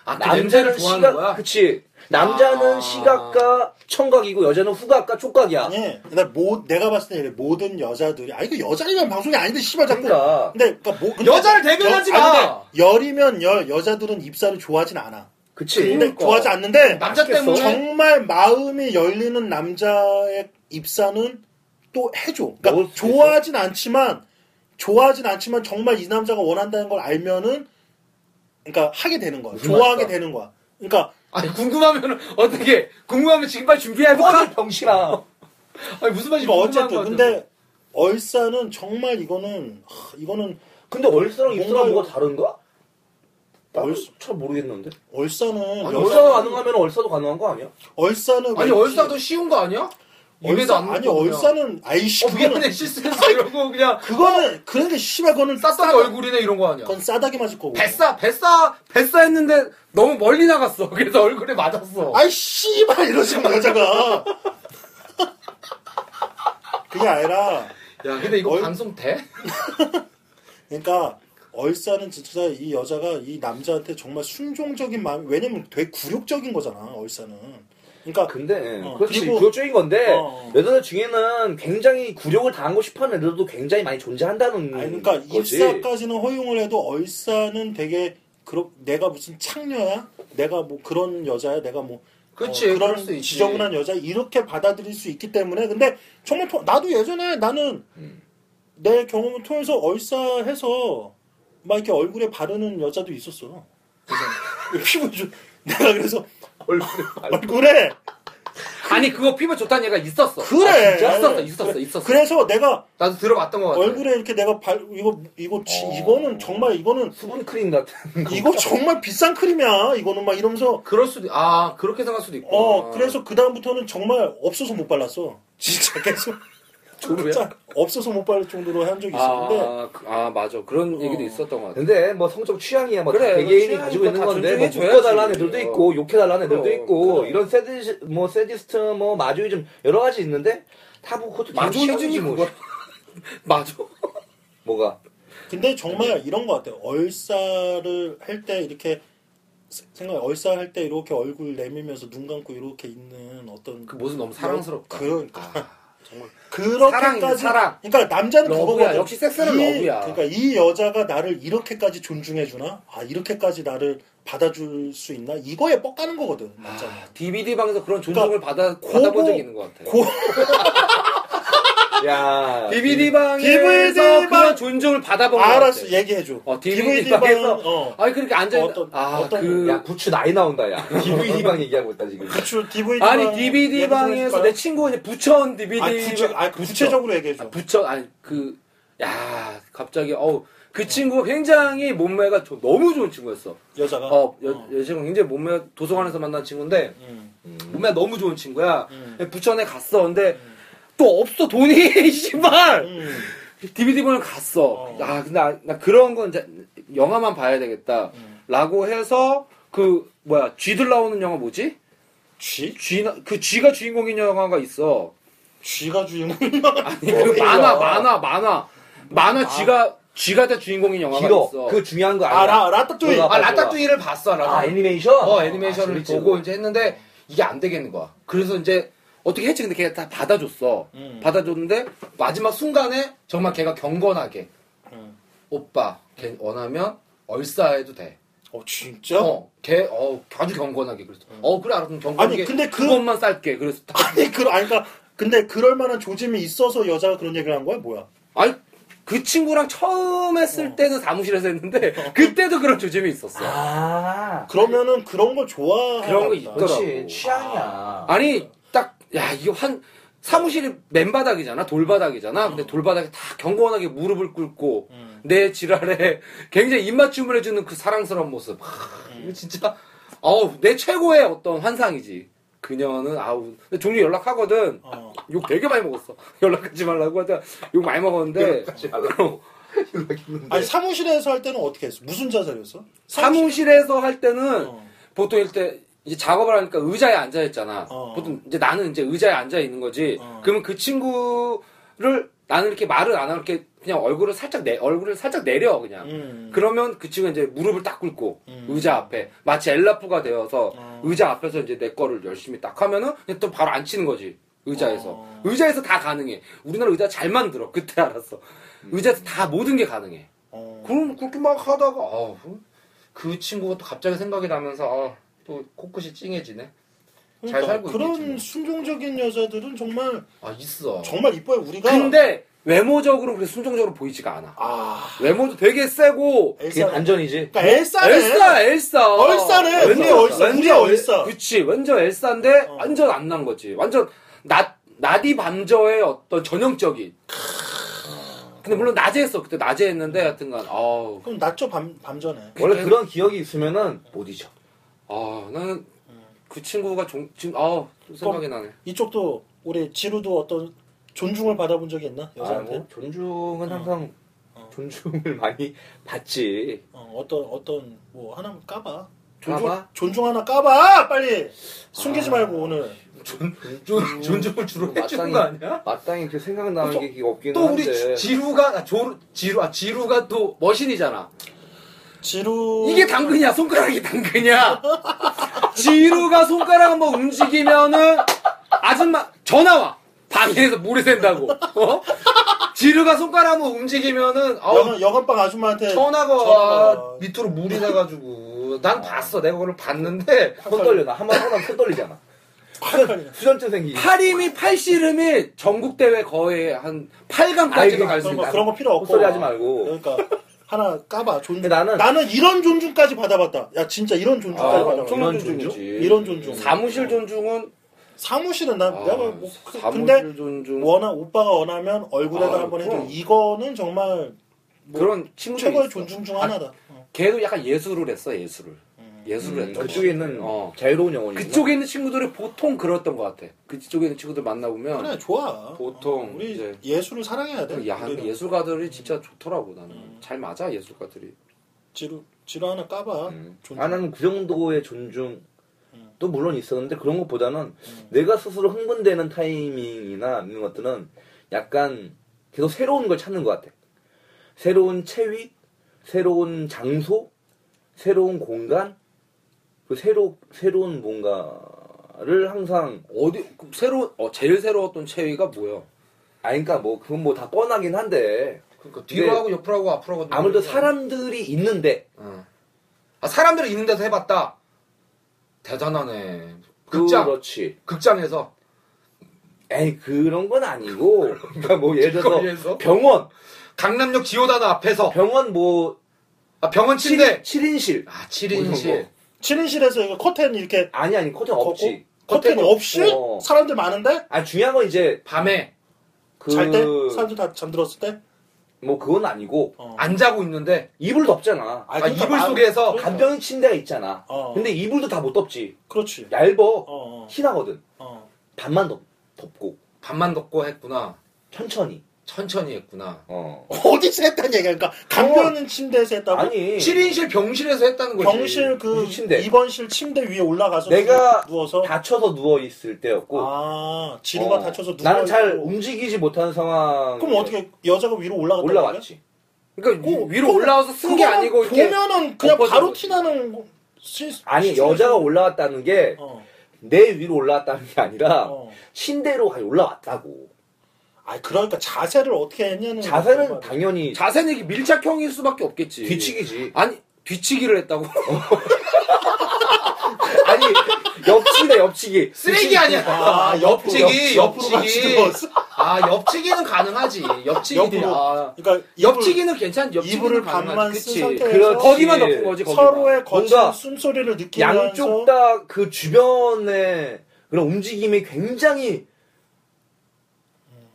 S5: 아, 그
S2: 남자는
S5: 냄새를 좋아하는
S2: 시각
S5: 거야?
S2: 그치 남자는
S5: 아.
S2: 시각과 청각이고 여자는 후각과 촉각이야
S1: 아니. 근데 모, 내가 봤을 때 이래, 모든 여자들이 아 이거 여자이면 방송이 아닌데 씨발 자꾸.
S2: 그러니까.
S1: 근데 그러니까 뭐 근데
S5: 여자를 대변하지
S1: 여- 아니, 근데
S5: 마.
S1: 열이면 열 여자들은 입사를 좋아하진 않아.
S2: 그치
S1: 근데 좋아하지 않는데
S5: 남자
S2: 맞겠어.
S5: 때문에
S1: 정말 마음이 열리는 남자의 입사는 또 해줘.
S2: 먹을
S1: 그러니까
S2: 수
S1: 좋아하진 않지만 좋아하진 않지만 정말 이 남자가 원한다는 걸 알면은 그러니까 하게 되는 거야.
S2: 무슨
S1: 좋아하게
S2: 말일까?
S1: 되는 거야. 그러니까
S3: 아니 궁금하면 어떻게 궁금하면 지금 빨리 준비해볼까?
S2: 꺼져 병신아
S3: 아니 무슨 말인지
S1: 뭐 어쨌든
S3: 궁금한 거 같아서.
S1: 근데 얼싸는 정말 이거는 하, 이거는
S2: 근데 얼싸랑 입사가
S1: 뭔가
S2: 뭐가 다른가? 나도
S1: 얼싸-
S2: 잘 모르겠는데
S1: 얼싸는
S5: 아니,
S1: 여-
S2: 얼싸가 가능하면 얼싸도 가능한 거 아니야?
S1: 얼싸는
S5: 아니
S1: 왠지-
S5: 얼싸도 쉬운 거 아니야? 입에도
S1: 얼싸-
S5: 안
S1: 아니
S5: 먹고 그냥.
S1: 얼싸는 아이씨
S3: 어 미안해
S1: 그거는
S3: 실수했어 이러고 그냥
S1: 그거는 그런 게 씨발 그거는
S5: 쌌던 얼굴이네 이런 거 아니야?
S1: 그건 싸다게 맞을 거고.
S3: 뱃사 뱃사 뱃사 했는데 너무 멀리 나갔어 그래서 얼굴에 맞았어
S1: 아이 씨발 이러지 마 여자가 그게 아니라
S5: 야, 근데 이거
S1: 얼-
S5: 방송 돼?
S1: 그러니까 얼싸는 진짜 이 여자가 이 남자한테 정말 순종적인 마음 왜냐면 되게 굴욕적인 거잖아 얼싸는 그러니까
S2: 근데
S1: 어,
S2: 그렇지
S1: 그리고-
S2: 굴욕적인 건데
S1: 어, 어.
S2: 여자들 중에는 굉장히 굴욕을 당하고 싶어하는 애들도 굉장히 많이 존재한다는
S1: 아니 그러니까
S2: 거지
S1: 입사까지는 허용을 해도 얼싸는 되게 그러, 내가 무슨 창녀야 내가 뭐 그런 여자야 내가 뭐
S5: 그치,
S1: 그런
S5: 그럴 수 있지.
S1: 지저분한 여자 이렇게 받아들일 수 있기 때문에 근데 정말 토- 나도 예전에 나는 내 경험을 통해서 얼싸해서 막 이렇게 얼굴에 바르는 여자도 있었어. 그래서 피부 좀 내가 그래서 얼굴에
S3: 아니 그거 피부 좋다는 얘가 있었어
S1: 그래.
S3: 아, 진짜? 있었어 있었어 있었어 네.
S1: 그래서 내가
S5: 나도 들어봤던 거 같아.
S1: 얼굴에 이렇게 내가 발 이거 이거 지-
S2: 어.
S1: 이거는 정말 이거는
S2: 수분 크림 같은
S3: 그러니까.
S2: 거.
S1: 이거 정말 비싼 크림이야 이거는 막 이러면서
S5: 그럴 수도 아 그렇게
S3: 그렇게 생각할 수도 있고
S1: 어 그래서 그 다음부터는 정말 없어서 못 발랐어 진짜 계속
S3: 졸업이야?
S1: 진짜 없어서 못 바를 정도로 한 적이 있었는데 어.
S3: 아, 그- 아 맞아 그런 얘기도 있었던 것 같아
S2: 근데 뭐 성적 취향이야 뭐
S3: 그래,
S2: 다 개개인이
S3: 취향이니까
S2: 가지고 있는
S3: 다
S2: 건데 뭐
S3: 존중해줘야지.
S2: 묶어달라는 애들도 있고 욕해달라는 애들도
S3: 그럼,
S2: 있고
S1: 그럼.
S2: 이런 세디 뭐 세디스트 뭐 마조이즘 여러 가지 있는데 다뭐 그것도 개인 취향이지
S3: 마조이즘이
S2: 뭐.
S3: 그거 맞아
S2: 뭐가
S1: 근데 정말 이런 것 같아요. 얼싸를 할 때 이렇게 세- 생각 얼싸 할 때 이렇게 얼굴 내밀면서 눈 감고 이렇게 있는 어떤
S5: 그 모습 너무 사랑스럽다.
S1: 그러니까
S3: 아.
S5: 정말.
S1: 그렇게까지
S3: 사랑.
S1: 그러니까 남자는
S3: 러브야.
S1: 그거거든.
S3: 역시 섹스는
S1: 이-
S3: 러브야.
S1: 그러니까 이 여자가 나를 이렇게까지 존중해 주나? 아 이렇게까지 나를 받아줄 수 있나? 이거에 뻑가는 거거든. 남자는.
S3: DVD 방에서 그런 존중을 받아
S1: 그거-
S3: 받아본 적이 있는 것 같아
S1: 그러니까 고-
S2: 야
S3: DVD 방에서
S1: DVD 방-
S3: 그런 존중을 받아본 것 같아
S1: 알았어 예. 얘기해 줘.
S3: 어, DVD 방에서
S1: 어.
S3: 아니 그렇게 앉아
S1: 어떤- 어떤-
S2: 야
S3: 아그
S2: 부추 나이 나온다 야 DVD 방 얘기하고 있다 지금
S1: 그쵸, DVD
S3: 아니
S1: 방 얘기
S3: DVD
S1: 좀
S3: 방에서
S1: 해줄까요?
S3: 내 친구 이제 부천 DVD
S1: 아니, 구체, 아니, 구체적으로 얘기해 줘.
S3: 부천 아니 그, 그야 갑자기 어우 그 친구 굉장히 몸매가 좀 너무 좋은 친구였어.
S1: 여자가.
S3: 어, 여, 여자친구 굉장히 몸매 도서관에서 만난 친구인데
S1: 음.
S3: 몸매가 너무 좋은 친구야.
S1: 음.
S3: 부천에 갔어. 근데 또 없어 돈이 이 씨발.
S1: 음.
S3: 그 DVD 보러 갔어.
S1: 어.
S3: 아 근데 나, 나 그런 건 이제 영화만 봐야 되겠다. 라고 해서 그 뭐야 쥐들 나오는 영화 뭐지?
S1: 쥐?
S3: 쥐그 쥐가 주인공인 영화가 있어.
S1: 쥐가 주인공이야?
S3: 아니 그 만화 만화 만화 만화 쥐가 아. 쥐가 다 주인공인 영화가
S2: 길어
S3: 있어.
S2: 그 중요한 거
S1: 아,
S2: 아니야
S1: 라, 라따뚜이.
S3: 어,
S2: 뭐가?
S5: 아 라따뚜이를 봤어
S2: 아
S5: 라따뚜이.
S2: 애니메이션
S5: 어 애니메이션을
S2: 아, 재밌지,
S5: 보고
S2: 그거.
S5: 이제 했는데 이게 안 되겠는 거야.
S3: 그래서 이제 어떻게 했지? 근데 걔가 다 받아줬어.
S1: 음.
S3: 받아줬는데
S5: 마지막 순간에 정말 걔가 경건하게
S1: 음.
S5: 오빠 걔 원하면 얼싸해도 돼.
S1: 어, 진짜?
S5: 어, 걔 어 아주 경건하게 그랬어.
S2: 음.
S5: 어 그래 알아 그럼 경건하게.
S1: 아니, 근데 그,
S3: 그것만 쌀게. 그래서 다-
S1: 아니, 그, 아니, 그러니까, 근데 그럴 만한 조짐이 있어서 여자가 그런 얘기를 한 거야? 뭐야?
S3: 아니 그 친구랑 처음
S2: 어.
S3: 했을 때는 사무실에서 했는데 그때도 그런 조짐이 있었어.
S2: 아
S1: 그러면은 그런 걸 좋아하나
S3: 그런 거
S1: 보다.
S3: 있더라.
S2: 그렇지 취향이야
S3: 아니 딱 야 이거 한 사무실이 맨바닥이잖아 돌바닥이잖아. 근데 돌바닥에 다 경건하게 무릎을 꿇고
S1: 음.
S3: 내 지랄에 굉장히 입맞춤을 해주는 그 사랑스러운 모습. 하,
S1: 음.
S3: 이거 진짜 어우 내 최고의 어떤 환상이지. 그녀는 아우 근데 종류 연락하거든.
S1: 어.
S3: 욕 되게 많이 먹었어. 연락하지 말라고 하자. 욕 많이 먹었는데
S1: 아니 사무실에서 할 때는 어떻게 했어? 무슨 자세였어?
S3: 사무실에서 할 때는
S1: 어.
S3: 보통 일때 이제 작업을 하니까 의자에 앉아 있잖아.
S1: 어.
S3: 보통 이제 나는 이제 의자에 앉아 있는 거지.
S1: 어.
S3: 그러면 그 친구를 나는 이렇게 말을 안 하고 이렇게 그냥 얼굴을 살짝 내 얼굴을 살짝 내려 그냥.
S1: 음.
S3: 그러면 그 친구가 이제 무릎을 딱 꿇고
S1: 음.
S3: 의자 앞에 마치 엘라프가 되어서
S1: 어.
S3: 의자 앞에서 이제 내 거를 열심히 딱 하면은 그냥 또 바로 앉히는 거지. 의자에서.
S1: 어.
S3: 의자에서 다 가능해. 우리나라 의자 잘 만들어. 그때 알았어.
S1: 음.
S3: 의자에서 다 모든 게 가능해.
S1: 어.
S5: 그럼 그렇게 막 하다가 아우 그 친구가 또 갑자기 생각이 나면서 아, 또 코끝이 찡해지네. 잘 살고
S1: 그러니까 그런
S3: 뭐.
S5: 있겠지.
S1: 순종적인 여자들은 정말
S5: 아 있어.
S1: 정말 이뻐요
S3: 그
S1: 우리가.
S3: 근데 외모적으로 그렇게 순종적으로 보이지가 않아.
S1: 아
S3: 외모도 되게 세고
S2: 그게
S1: 엘사.
S2: 반전이지.
S1: 그러니까 엘사네.
S3: 엘사 엘사
S1: 얼싸네. 우리 얼싸. 우리 얼싸.
S3: 그치 완전 엘사인데
S1: 어.
S3: 완전 안 난 거지. 완전 나 나디 밤저의 어떤 전형적인. 근데 물론 낮에 했어. 그때 낮에 했는데 하여튼간 아우
S1: 그럼 낮죠 밤 밤전에.
S2: 원래 그런 기억이 있으면은 못 잊어.
S3: 아 나는 그 친구가 종, 지금 아우 또 생각이 나네.
S1: 이쪽도 우리 지루도 어떤 존중을 받아본 적이 있나 여자한테?
S2: 아, 뭐 존중은 항상
S1: 어.
S2: 존중을 많이 받지.
S1: 어, 어떤 어떤 뭐 하나 까봐.
S3: 까봐? 아.
S1: 존중 하나 까봐 빨리 숨기지 말고 오늘.
S3: 음,
S5: 존, 존중을 주로 해주는
S2: 뭐 마땅히-
S5: 거 아니야?
S2: 마땅히 이렇게 생각나는
S5: 또-
S2: 게 없긴
S5: 또 우리
S2: 한데.
S5: 지루가 아, 조, 지루 아 지루가 또
S3: 머신이잖아.
S1: 지루
S3: 이게 당근이야. 손가락이 당근이야. 지루가 손가락 한번 움직이면은 아줌마 전화와 방에서 물이 샌다고. 어? 지루가 손가락 한번 움직이면은 어,
S1: 여관 여관방 아줌마한테
S5: 전화가
S1: 전화가-
S5: 와, 밑으로 물이 나가지고 난 봤어 내가 그걸 봤는데
S2: 손 떨려 나 아. 한번 하면 손 떨리잖아. 수전증 생기.
S5: 어.
S3: 팔임이 팔씨름이 전국 대회 거의 한
S2: 아이고,
S3: 8강까지도 갈 수
S1: 그런
S3: 있다.
S1: 거, 그런 거 필요 없고.
S2: 헛소리 하지
S5: 어.
S2: 말고.
S1: 그러니까 하나 까봐 존중.
S2: 근데 나는-
S1: 이런 존중까지 받아봤다. 야 진짜 이런 존중까지
S3: 아,
S1: 받아봤다.
S3: 엄청난
S2: 이런 존중?
S3: 존중이지.
S1: 이런 존중.
S3: 사무실 존중은
S1: 사무실은 난
S3: 아,
S1: 내가 뭐 그- 근데 뭐
S3: 사무실 존중
S1: 원하 오빠가 원하면 얼굴에다
S3: 아,
S1: 한번 해줘.
S3: 그럼.
S1: 이거는 정말
S3: 그런 친구들
S1: 최고의
S3: 있어.
S1: 존중 중 하나다. 어.
S3: 걔도 약간 예술을 했어 예술을 예술을
S2: 음,
S3: 했던 거
S2: 그쪽에 있는
S3: 어.
S2: 자유로운 영혼이.
S3: 그쪽에 있는 친구들이 보통 그렇던 것 같아. 그쪽에 있는 친구들 만나보면
S1: 그래 좋아.
S3: 보통
S1: 어, 우리 음.
S3: 이제
S1: 예술을 사랑해야 돼.
S3: 그 야,
S1: 우리는.
S3: 예술가들이 진짜 좋더라고 나는. 잘 맞아 예술가들이.
S1: 지루 지루 하나 까봐.
S2: 음.
S1: 존중.
S2: 아 나는 그 정도의 존중.
S1: 음.
S2: 도 물론 있었는데 그런 것보다는 내가 스스로 흥분되는 타이밍이나 이런 것들은 약간 계속 새로운 걸 찾는 것 같아. 새로운 체위, 새로운 장소, 새로운 공간, 그 새로 새로운 뭔가를 항상
S3: 어디 그 새로 어, 제일 새로웠던 체위가 뭐야?
S2: 아니 그러니까 뭐 그건 뭐 다 뻔하긴 한데
S5: 그러니까 뒤로
S2: 근데
S5: 하고 옆으로 하고 앞으로 하고
S2: 아무래도
S1: 그렇죠.
S2: 사람들이 있는데
S5: 응. 아 사람들은 있는 데서 해봤다 대단하네 극장
S2: 그렇지.
S5: 극장에서
S2: 에이 그런 건 아니고 그러니까 뭐 예를 들어서
S5: 길거리에서?
S2: 병원
S5: 강남역 지오다나 앞에서
S2: 병원 뭐
S5: 아 병원 침대
S2: 7인실
S5: 아
S2: 뭐
S5: 7인실
S2: 이런
S1: 7인실에서 이거 커튼 이렇게
S2: 아니 아니 커튼 없지.
S1: 커튼
S2: 커튼
S1: 없이
S2: 없고.
S1: 사람들 많은데
S2: 아 중요한 건 이제
S5: 밤에
S2: 그
S1: 잘 때 사람들 다 잠들었을 때.
S2: 뭐 그건 아니고
S1: 어.
S5: 안 자고 있는데
S2: 이불 덮잖아.
S5: 아,
S1: 그러니까
S5: 이불
S1: 마-
S5: 속에서
S1: 그러니까.
S2: 간병인 침대가 있잖아.
S1: 어.
S2: 근데 이불도 다 못 덮지.
S1: 그렇지.
S2: 얇어.
S1: 어, 어,
S2: 티나거든.
S1: 어.
S2: 반만 덮, 덮고
S5: 밤만 덮고 했구나
S2: 천천히.
S5: 천천히 했구나
S2: 어.
S1: 어디서 했다는 얘기야? 그러니까 강변은 침대에서 했다고?
S2: 아니
S5: 7인실 병실에서 했다는 거지
S1: 병실 그
S2: 무슨 침대?
S1: 입원실 침대 위에 올라가서
S2: 내가
S1: 누워서
S2: 다쳐서 누워 있을 때였고.
S1: 아 지루가
S2: 어.
S1: 다쳐서 누워
S2: 나는 잘
S1: 있고.
S2: 움직이지 못하는 상황.
S1: 그럼 어떻게 여자가 위로 올라갔다
S2: 올라왔지?
S3: 그러니까
S1: 그거-
S3: 위- 위로
S1: 그거-
S3: 올라와서 쓴 게 아니고 이렇게
S1: 보면은 그냥
S3: 엎어져
S1: 바로
S3: 있는
S1: 티나는 뭐 시- 어,
S2: 아니
S1: 시츄에이션.
S2: 여자가 올라왔다는 게
S1: 어,
S2: 내 위로 올라왔다는 게 아니라
S1: 어.
S2: 침대로 가서 올라왔다고.
S1: 아 그러니까 자세를 어떻게 했냐는
S2: 자세는
S1: 거야.
S2: 당연히
S3: 자세는 이게 밀착형일 수밖에 없겠지.
S2: 뒤치기지.
S3: 아니 뒤치기를 했다고?
S2: 아니 옆치기다 옆치기.
S5: 쓰레기 아니야
S1: 아, 옆으로,
S5: 옆치기
S1: 옆으로 같이
S5: 옆치기
S1: 누웠어.
S5: 아 옆치기는 가능하지 옆치기
S1: 옆으로.
S5: 아
S1: 그러니까 이불-
S5: 옆치기는 괜찮
S1: 이불을
S5: 옆치기는
S1: 반만
S5: 가능하지
S1: 쓴
S5: 그치
S1: 상태에서
S2: 그렇지.
S3: 거기만 덮은 거지. 거기만. 예.
S1: 서로의 거친
S2: 뭔가
S1: 숨소리를 느끼면서
S2: 양쪽 다 그 주변의 그런 움직임이 굉장히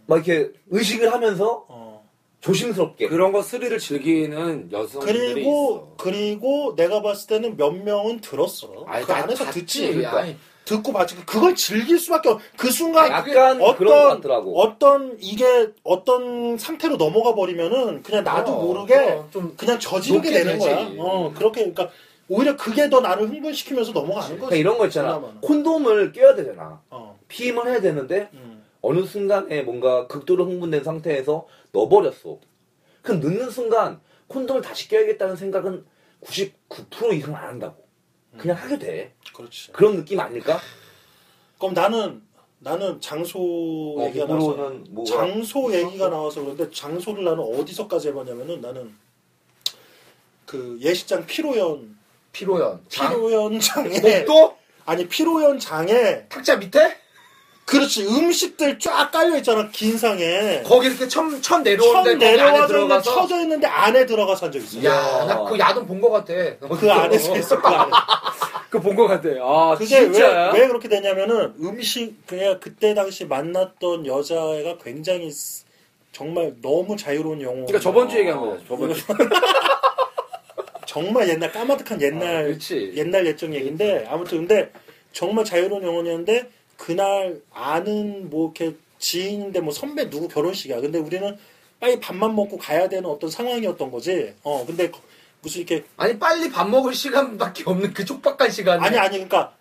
S2: 막 이렇게 의식을 하면서
S1: 어.
S5: 예.
S2: 조심스럽게.
S3: 그런 거 스릴을 즐기는 여성들이
S1: 그리고 그리고 내가 봤을 때는 몇 명은 들었어.
S5: 아니,
S1: 그
S5: 나
S1: 안에서
S5: 봤지.
S1: 듣지.
S3: 그러니까.
S5: 아니,
S1: 듣고 봤지. 그걸 즐길 수밖에 없. 그 순간
S2: 약간 그런 것
S1: 어떤
S2: 같더라고.
S1: 어떤 이게 어떤 상태로 넘어가 버리면은 그냥 나도
S5: 어,
S1: 모르게
S5: 어, 좀
S1: 그냥 저지르게
S5: 높게
S1: 되는
S5: 되지.
S1: 거야. 어 그렇게 그러니까 오히려 그게 더 나를 흥분시키면서 넘어가는
S2: 그러니까
S1: 거지.
S2: 이런 거 있잖아.
S1: 그나마는.
S2: 콘돔을 껴야 되잖아.
S1: 어.
S2: 피임을 해야 되는데
S1: 음.
S2: 어느 순간에 뭔가 극도로 흥분된 상태에서 넣어버렸어. 그럼 넣는 순간 콘돔을 다시 껴야겠다는 생각은 99% 이상 안 한다고. 그냥 하게 돼.
S1: 그렇지.
S2: 그런 느낌 아닐까?
S1: 그럼 나는 나는 장소
S2: 어,
S1: 얘기가 나와서
S2: 입으로는 뭐가
S1: 장소 얘기가 나와서 그런데 장소를 나는 어디서까지 해봤냐면은 나는 그 예식장 피로연
S5: 피로연. 예. 장,
S1: 피로연장에
S5: 목도?
S1: 아니 피로연장에
S5: 탁자 밑에?
S1: 그렇지 음식들 쫙 깔려 있잖아 긴 상에
S5: 거기 이렇게 천, 천
S1: 처음
S5: 예. 내려오는데 거기 안에
S1: 내려와져 있는
S5: 들어가서.
S1: 쳐져 있는데 안에 들어가서 앉아 있어.
S5: 야, 나 그 야동 본 거 같아.
S1: 그 안에서 있을 거 아니야.
S3: 그본것 같아. 아
S1: 그게 왜,
S3: 진짜야?
S1: 왜 그렇게 되냐면은 음식 그냥 그때 당시 만났던 여자애가 굉장히 스- 정말 너무 자유로운 영혼.
S5: 어.
S3: 그러니까 저번 주 얘기한 거야. 저번 주.
S1: 정말 옛날 까마득한
S3: 아,
S1: 옛날
S3: 그렇지.
S1: 옛날 예정 얘기인데 아무튼 근데 정말 자유로운 영혼이었는데 그날 아는 뭐 이렇게 지인인데 뭐 선배 누구 결혼식이야. 근데 우리는 빨리 밥만 먹고 가야 되는 어떤 상황이었던 거지. 어 근데 거- 무슨 이렇게
S5: 아니, 빨리 밥 먹을 시간밖에 없는 그 촉박한 시간에.
S1: 아니 아니 그러니까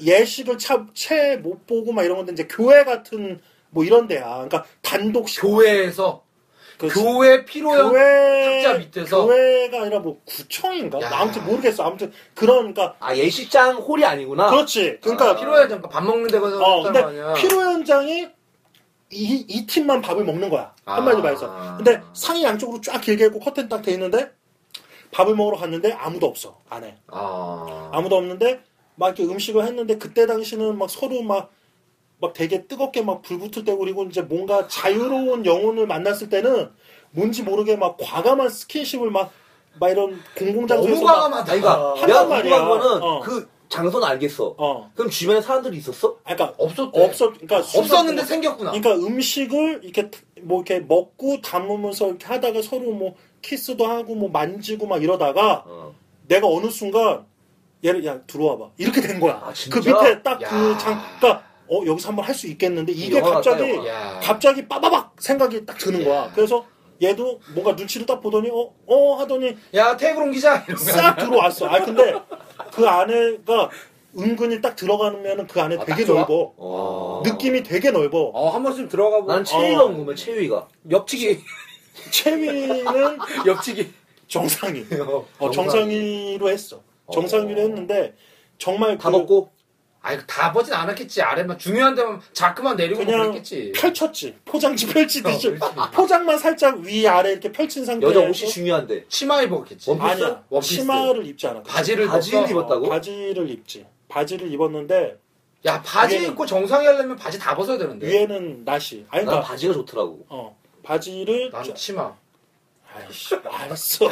S1: 예식을 채못 보고 막 이런 건데 이제 교회 같은 뭐 이런 데야. 그러니까 단독 식
S5: 교회에서.
S1: 그
S5: 교회 피로연.
S1: 교회
S5: 탁자 밑에서?
S1: 교회가 아니라 뭐 구청인가?
S5: 야.
S1: 아무튼 모르겠어. 아무튼 그런 그러니까
S2: 아 예식장 홀이 아니구나.
S1: 그렇지. 그러니까
S5: 피로연 잠깐 밥 먹는 데 가서
S1: 어,
S5: 했단
S1: 근데
S5: 말이야.
S1: 피로 현장이 이, 이 팀만 밥을 먹는 거야.
S5: 아.
S1: 한마디로 말해서. 근데 상의 양쪽으로 쫙 길게 했고 커튼 딱 돼 있는데 밥을 먹으러 갔는데 아무도 없어. 안 해.
S5: 아.
S1: 아무도 없는데 막 이렇게 음식을 했는데 그때 당시는 막 서로 막, 막 되게 뜨겁게 막 불붙을 때 그리고 이제 뭔가 자유로운 영혼을 만났을 때는 뭔지 모르게 막 과감한 스킨십을 막, 막 이런 공공장소에서
S5: 너무
S1: 막-
S5: 과감하다.
S2: 그러니까
S1: 한단
S2: 내가
S1: 말이야.
S2: 궁금한 거는
S1: 어.
S2: 그 장소는 알겠어.
S1: 어.
S2: 그럼 주변에 사람들이 있었어?
S1: 아, 그러니까
S5: 없었대.
S1: 없었 그러니까
S5: 네. 없었는데
S1: 순간-
S5: 생겼구나.
S1: 그러니까 음식을 이렇게 트- 뭐 이렇게 먹고 담으면서 이렇게 하다가 서로 뭐 키스도 하고 뭐 만지고 막 이러다가
S2: 어.
S1: 내가 어느 순간 얘를 야 들어와 봐 이렇게 된 거야.
S2: 아, 진짜?
S1: 그 밑에 딱
S5: 야.
S1: 그장 그러니까 어 여기서 한번 할 수 있겠는데 이게
S2: 영화 같다,
S1: 갑자기
S2: 영화.
S5: 야.
S1: 갑자기 빠바박 생각이 딱 드는 거야.
S5: 야.
S1: 그래서 얘도 뭔가 눈치를 딱 보더니 어 어 하더니
S5: 야, 테이블 옮기자. 이러면.
S1: 싹 들어왔어. 아 근데 그 안에가 은근히 딱 들어가면은 그 안에
S5: 아,
S1: 되게
S5: 딱 들어와?
S1: 넓어.
S2: 어.
S1: 느낌이 되게 넓어.
S3: 어, 한 번쯤 들어가 보고
S2: 난 체위가
S1: 어.
S2: 궁금해. 체위가.
S3: 옆치기
S1: 채위는
S3: 옆치기
S1: 정상이.
S5: 어.
S1: 어, 정상위로 했어. 정상위로 했는데 정말
S2: 다
S1: 그
S2: 먹고
S5: 아니, 다 보진 않았겠지. 아래만 중요한 데만 자꾸만 내리고
S1: 그냥
S5: 그랬겠지.
S1: 펼쳤지. 포장지 펼치듯이 아,
S5: 어, 그렇지.
S1: 포장만 살짝 위 아래 이렇게 펼친 그 상태에서
S2: 여자 옷이 중요한데.
S5: 치마 입었겠지.
S1: 아니야.
S5: 원피스?
S1: 치마를 입지 않았고
S5: 바지를
S2: 바지를
S5: 벗어.
S2: 입었다고?
S1: 바지를 입지. 바지를 입었는데
S5: 야, 바지
S1: 위에는-
S5: 입고 정상이 하려면 바지 다 벗어야
S3: 네.
S5: 되는데.
S1: 위에는 나시. 아니
S2: 난
S1: 그러니까
S2: 바지가 좋더라고.
S1: 어. 바지를
S5: 난 치마.
S1: 아이씨 알았어.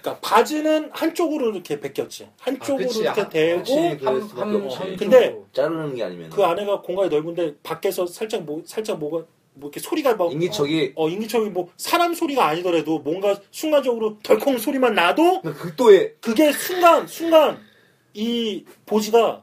S1: 그러니까 바지는 한쪽으로 이렇게 벗겼지. 한쪽으로
S5: 그치.
S1: 이렇게
S5: 아,
S1: 대고
S2: 그치. 그럴 수밖에 없지.
S1: 근데
S2: 자르는 게 아니면.
S1: 그 안에가 공간이 넓은데 밖에서 살짝 뭐 살짝 뭐가 뭐 이렇게 소리가 막
S2: 인기척이
S1: 어, 인기척이 뭐 사람 소리가 아니더라도 뭔가 순간적으로 덜컹 소리만 나도
S2: 그러니까 극도의
S1: 그게 순간 순간 이 보지가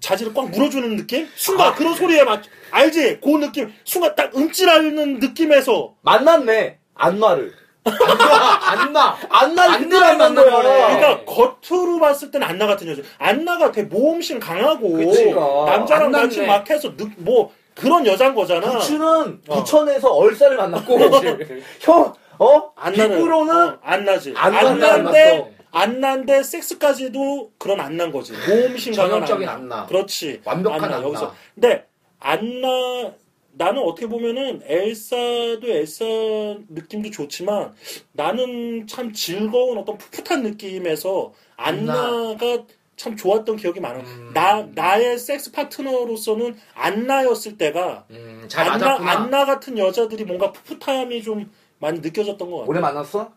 S1: 자지를 꽉 물어주는 느낌? 순간 그런 소리에 맞 알지? 그 느낌 순간 딱 움찔하는 느낌에서
S2: 만났네 안마를
S5: 안 나.
S2: 안마를
S5: 안마를
S2: 그대로
S5: 만난
S2: 만난 거야.
S5: 거네.
S1: 그러니까 겉으로 봤을 땐 안나 같은 여자 안나가 되게 모험심 강하고
S2: 그치.
S1: 남자랑
S3: 안나네.
S1: 같이 막 해서 느, 뭐 그런 여잔 거잖아
S2: 부추는
S1: 어.
S2: 부천에서 얼싸를 만났고
S3: 어.
S2: 형어
S1: 안나는
S2: 비구로는
S1: 어, 안 나지.
S2: 안
S1: 안,
S2: 나는 안
S1: 난데
S5: 났어.
S1: 안 난데 섹스까지도 그런 안 난 거지. 모험심
S5: 전형적인 안 나.
S1: 그렇지.
S5: 완벽한 안 나.
S1: 여기서. 근데 안나 나는 어떻게 보면은 엘사도 엘사 느낌도 좋지만 나는 참 즐거운 어떤 풋풋한 느낌에서 안나가 참 좋았던 기억이 많아.
S5: 음.
S1: 나 나의 섹스 파트너로서는 안나였을 때가
S5: 음, 잘
S1: 안나
S5: 맞았구나.
S1: 안나 같은 여자들이 뭔가 풋풋함이 좀 많이 느껴졌던 것 같아.
S2: 오래 만났어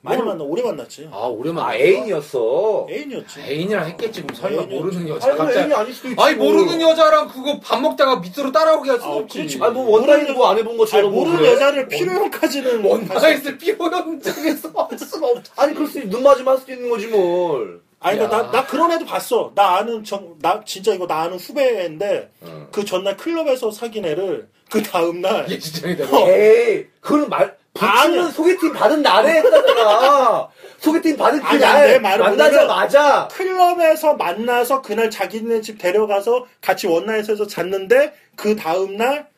S1: 많이 만나 오래 만났지.
S5: 아 오랜만에
S2: 아 애인이었어.
S1: 애인이었지.
S5: 애인이랑 했겠지 그럼 설마
S1: 애인이었지.
S5: 모르는 여자
S2: 아니 뭐
S5: 갑자기
S2: 애인이 아닐 수도 있지.
S5: 아니
S2: 뭐.
S5: 모르는 여자랑 그거 밥 먹다가 밑으로 따라오게 할 수는
S1: 아,
S5: 없지
S1: 그렇지.
S2: 아니 뭐 원나잇 뭐안 해본
S1: 아니,
S2: 것처럼 뭐
S1: 모르는
S2: 그래.
S1: 여자를 필요형까지는
S5: 원나가 있을 피부현장에서 할 수가 없지
S2: 아니 그럴 수 있- 눈 맞으면 할 수도 있는 거지 뭘.
S1: 아니 뭐
S5: 야.
S1: 나나 그런 애도 봤어. 나 아는 정나 진짜 이거 나 아는 후배인데
S2: 어.
S1: 그 전날 클럽에서 사귄 애를 그 다음 날
S5: 이게 진짜이다
S3: 어.
S2: 에이 그건 말
S1: 아니야.
S2: 붙이는 소개팅 받은 날에 했다잖아. 소개팅 받은
S1: 아니, 아니, 내
S2: 그날
S1: 말을
S2: 만나자마자
S1: 클럽에서 만나서 그날 자기네 집 데려가서 같이 원나잇에서 잤는데 그 다음 날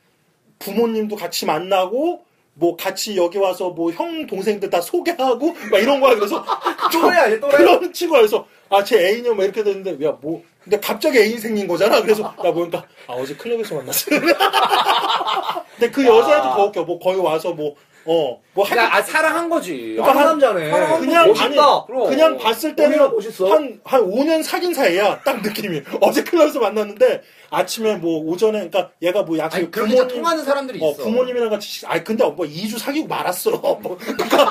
S1: 부모님도 같이 만나고 뭐 같이 여기 와서 뭐 형 동생들 다 소개하고 막 이런 거야 그래서
S2: 또래야 얘 또래.
S1: 그런 친구가 그래서 아 제 애인이요 막 이렇게 됐는데 야 뭐 근데 갑자기 애인 생긴 거잖아 그래서 나 보니까 아 어제 클럽에서 만났어 근데 그 여자애도 더 웃겨 뭐 거기 와서 뭐어뭐
S3: 그러니까 아, 사랑한 거지.
S1: 그러니까
S2: 한 남자네.
S1: 그냥
S2: 멋있다.
S1: 아니, 그냥 봤을 때는
S2: 어디가 멋있어?
S1: 한, 한 5년 사귄 사이야. 딱 느낌이. 어제 클럽에서 만났는데 아침에 뭐 오전에 그러니까 얘가 뭐 약속
S5: 아니 그렇게 다 통하는 사람들이 있어
S1: 어, 부모님이랑 같이 식- 아니 근데 뭐 2주 사귀고 말았어. 뭐 그러니까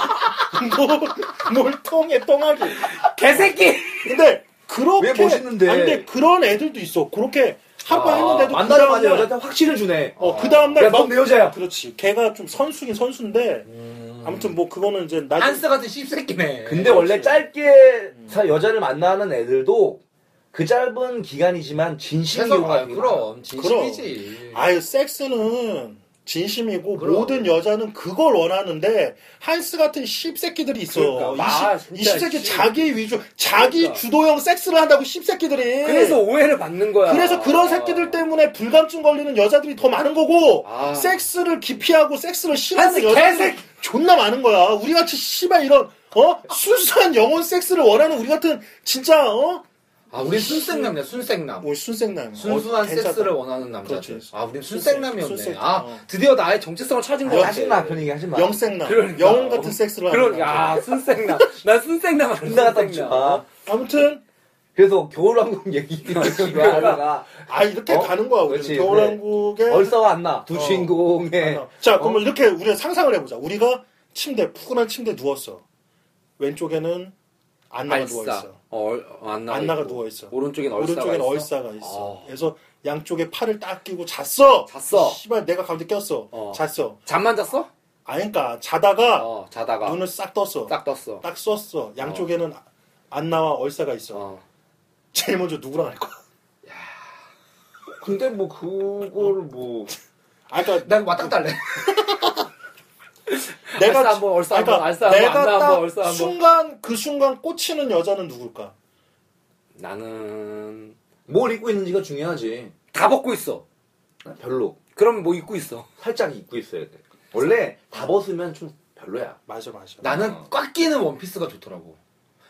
S1: 뭘뭘 통해 똥하기.
S3: 개새끼!
S1: 근데 그렇게
S2: 왜 멋있는데?
S1: 아니 근데 그런 애들도 있어. 그렇게 한 번
S5: 아,
S1: 했는데도
S2: 만나자마자
S1: 그 다음날
S2: 여자한테 확신을 주네.
S1: 어, 그 다음 날
S2: 야넌내 여자야.
S1: 그렇지. 걔가 좀 선수긴 선수인데
S2: 음.
S1: 아무튼 뭐 그거는 이제 나중
S5: 한스 같은 씹새끼네
S2: 근데 원래 짧게 사- 여자를 만나는 애들도 그 짧은 기간이지만 진심
S5: 최소
S2: 경우가
S5: 아,
S2: 되게
S5: 그럼 진심이지
S1: 아유 섹스는 진심이고
S5: 그럼.
S1: 모든 여자는 그걸 원하는데 한스 같은 씹새끼들이 있어.
S2: 그러니까, 마,
S1: 이
S2: 진짜,
S1: 씹새끼
S2: 씨.
S1: 자기 위주, 자기
S2: 그러니까.
S1: 주도형 섹스를 한다고 씹새끼들이.
S3: 그래서 오해를 받는 거야.
S1: 그래서 그런 새끼들 때문에 불감증 걸리는 여자들이 더 많은 거고
S5: 아.
S1: 섹스를 기피하고 섹스를 싫어하는
S3: 한스
S1: 여자들이
S3: 개새끼!
S1: 존나 많은 거야. 우리 같이 씨발 이런 어 순수한 영혼 섹스를 원하는 우리 같은 진짜 어
S5: 아 우리 순생남이야 순생남
S1: 뭐 순생남
S5: 순수한
S1: 어, 괜찮다.
S5: 섹스를 원하는 남자들.
S1: 그렇지.
S5: 아, 우린 순생남이었네.
S1: 순생.
S5: 아,
S1: 어.
S5: 드디어 나의 정체성을 찾은 거
S1: 여-
S5: 같아.
S2: 짜증나 그런 얘기 하지 마.
S1: 영생남
S3: 그러니까.
S1: 영혼 같은 섹스를 하는
S3: 그런,
S1: 남자.
S3: 야, 순생남. 난 순생남 하는
S2: 끝나 갔다 오지
S1: 아,
S2: 마.
S1: 아무튼
S2: 그래서 겨울왕국 얘기 하다가
S1: 아 이렇게
S2: 어?
S1: 가는 거야 우리
S2: 그렇지,
S1: 겨울왕국에
S2: 얼싸가 네. 안 나. 두
S1: 어.
S2: 주인공의
S1: 아, 자 그러면 이렇게 우리가 상상을 해보자 우리가 침대 푸근한 침대 누웠어 왼쪽에는 안나가 누워
S3: 알싸.
S1: 있어
S3: 어, 어, 안나가.
S1: 안나가
S3: 있고.
S1: 누워 있어
S3: 오른쪽엔 얼싸가
S1: 오른쪽에는
S3: 있어.
S1: 얼싸가 있어
S3: 어.
S1: 그래서 양쪽에 팔을 딱 끼고 잤어
S3: 잤어.
S1: 씨발 내가 가운데 꼈어
S3: 어.
S1: 잤어
S3: 잠만 잤어?
S1: 아 그러니까 자다가
S3: 어, 자다가.
S1: 눈을 싹 떴어 딱,
S3: 딱 떴어.
S1: 썼어 양쪽에는 안나와 얼싸가 있어
S3: 어.
S1: 제일 먼저 누구랑 할 거야
S2: 근데 뭐 그걸 뭐
S1: 아 그러니까
S5: 나 이거 왔다 갔다 할래.
S1: 내가 그러니까
S3: 알싸 한번, 얼싸 한번, 알싸 한번,
S1: 내가
S3: 안나
S1: 딱
S3: 한번, 얼싸 한번.
S1: 순간 그 순간 꽂히는 여자는 누굴까?
S3: 나는
S2: 뭘 입고 있는지가 중요하지.
S3: 다 벗고 있어.
S2: 별로
S3: 그럼 뭐 입고 있어.
S2: 살짝 입고 있어야 돼. 원래 다 벗으면 좀 별로야.
S1: 맞아 맞아.
S5: 나는
S2: 어.
S5: 꽉 끼는 원피스가 좋더라고.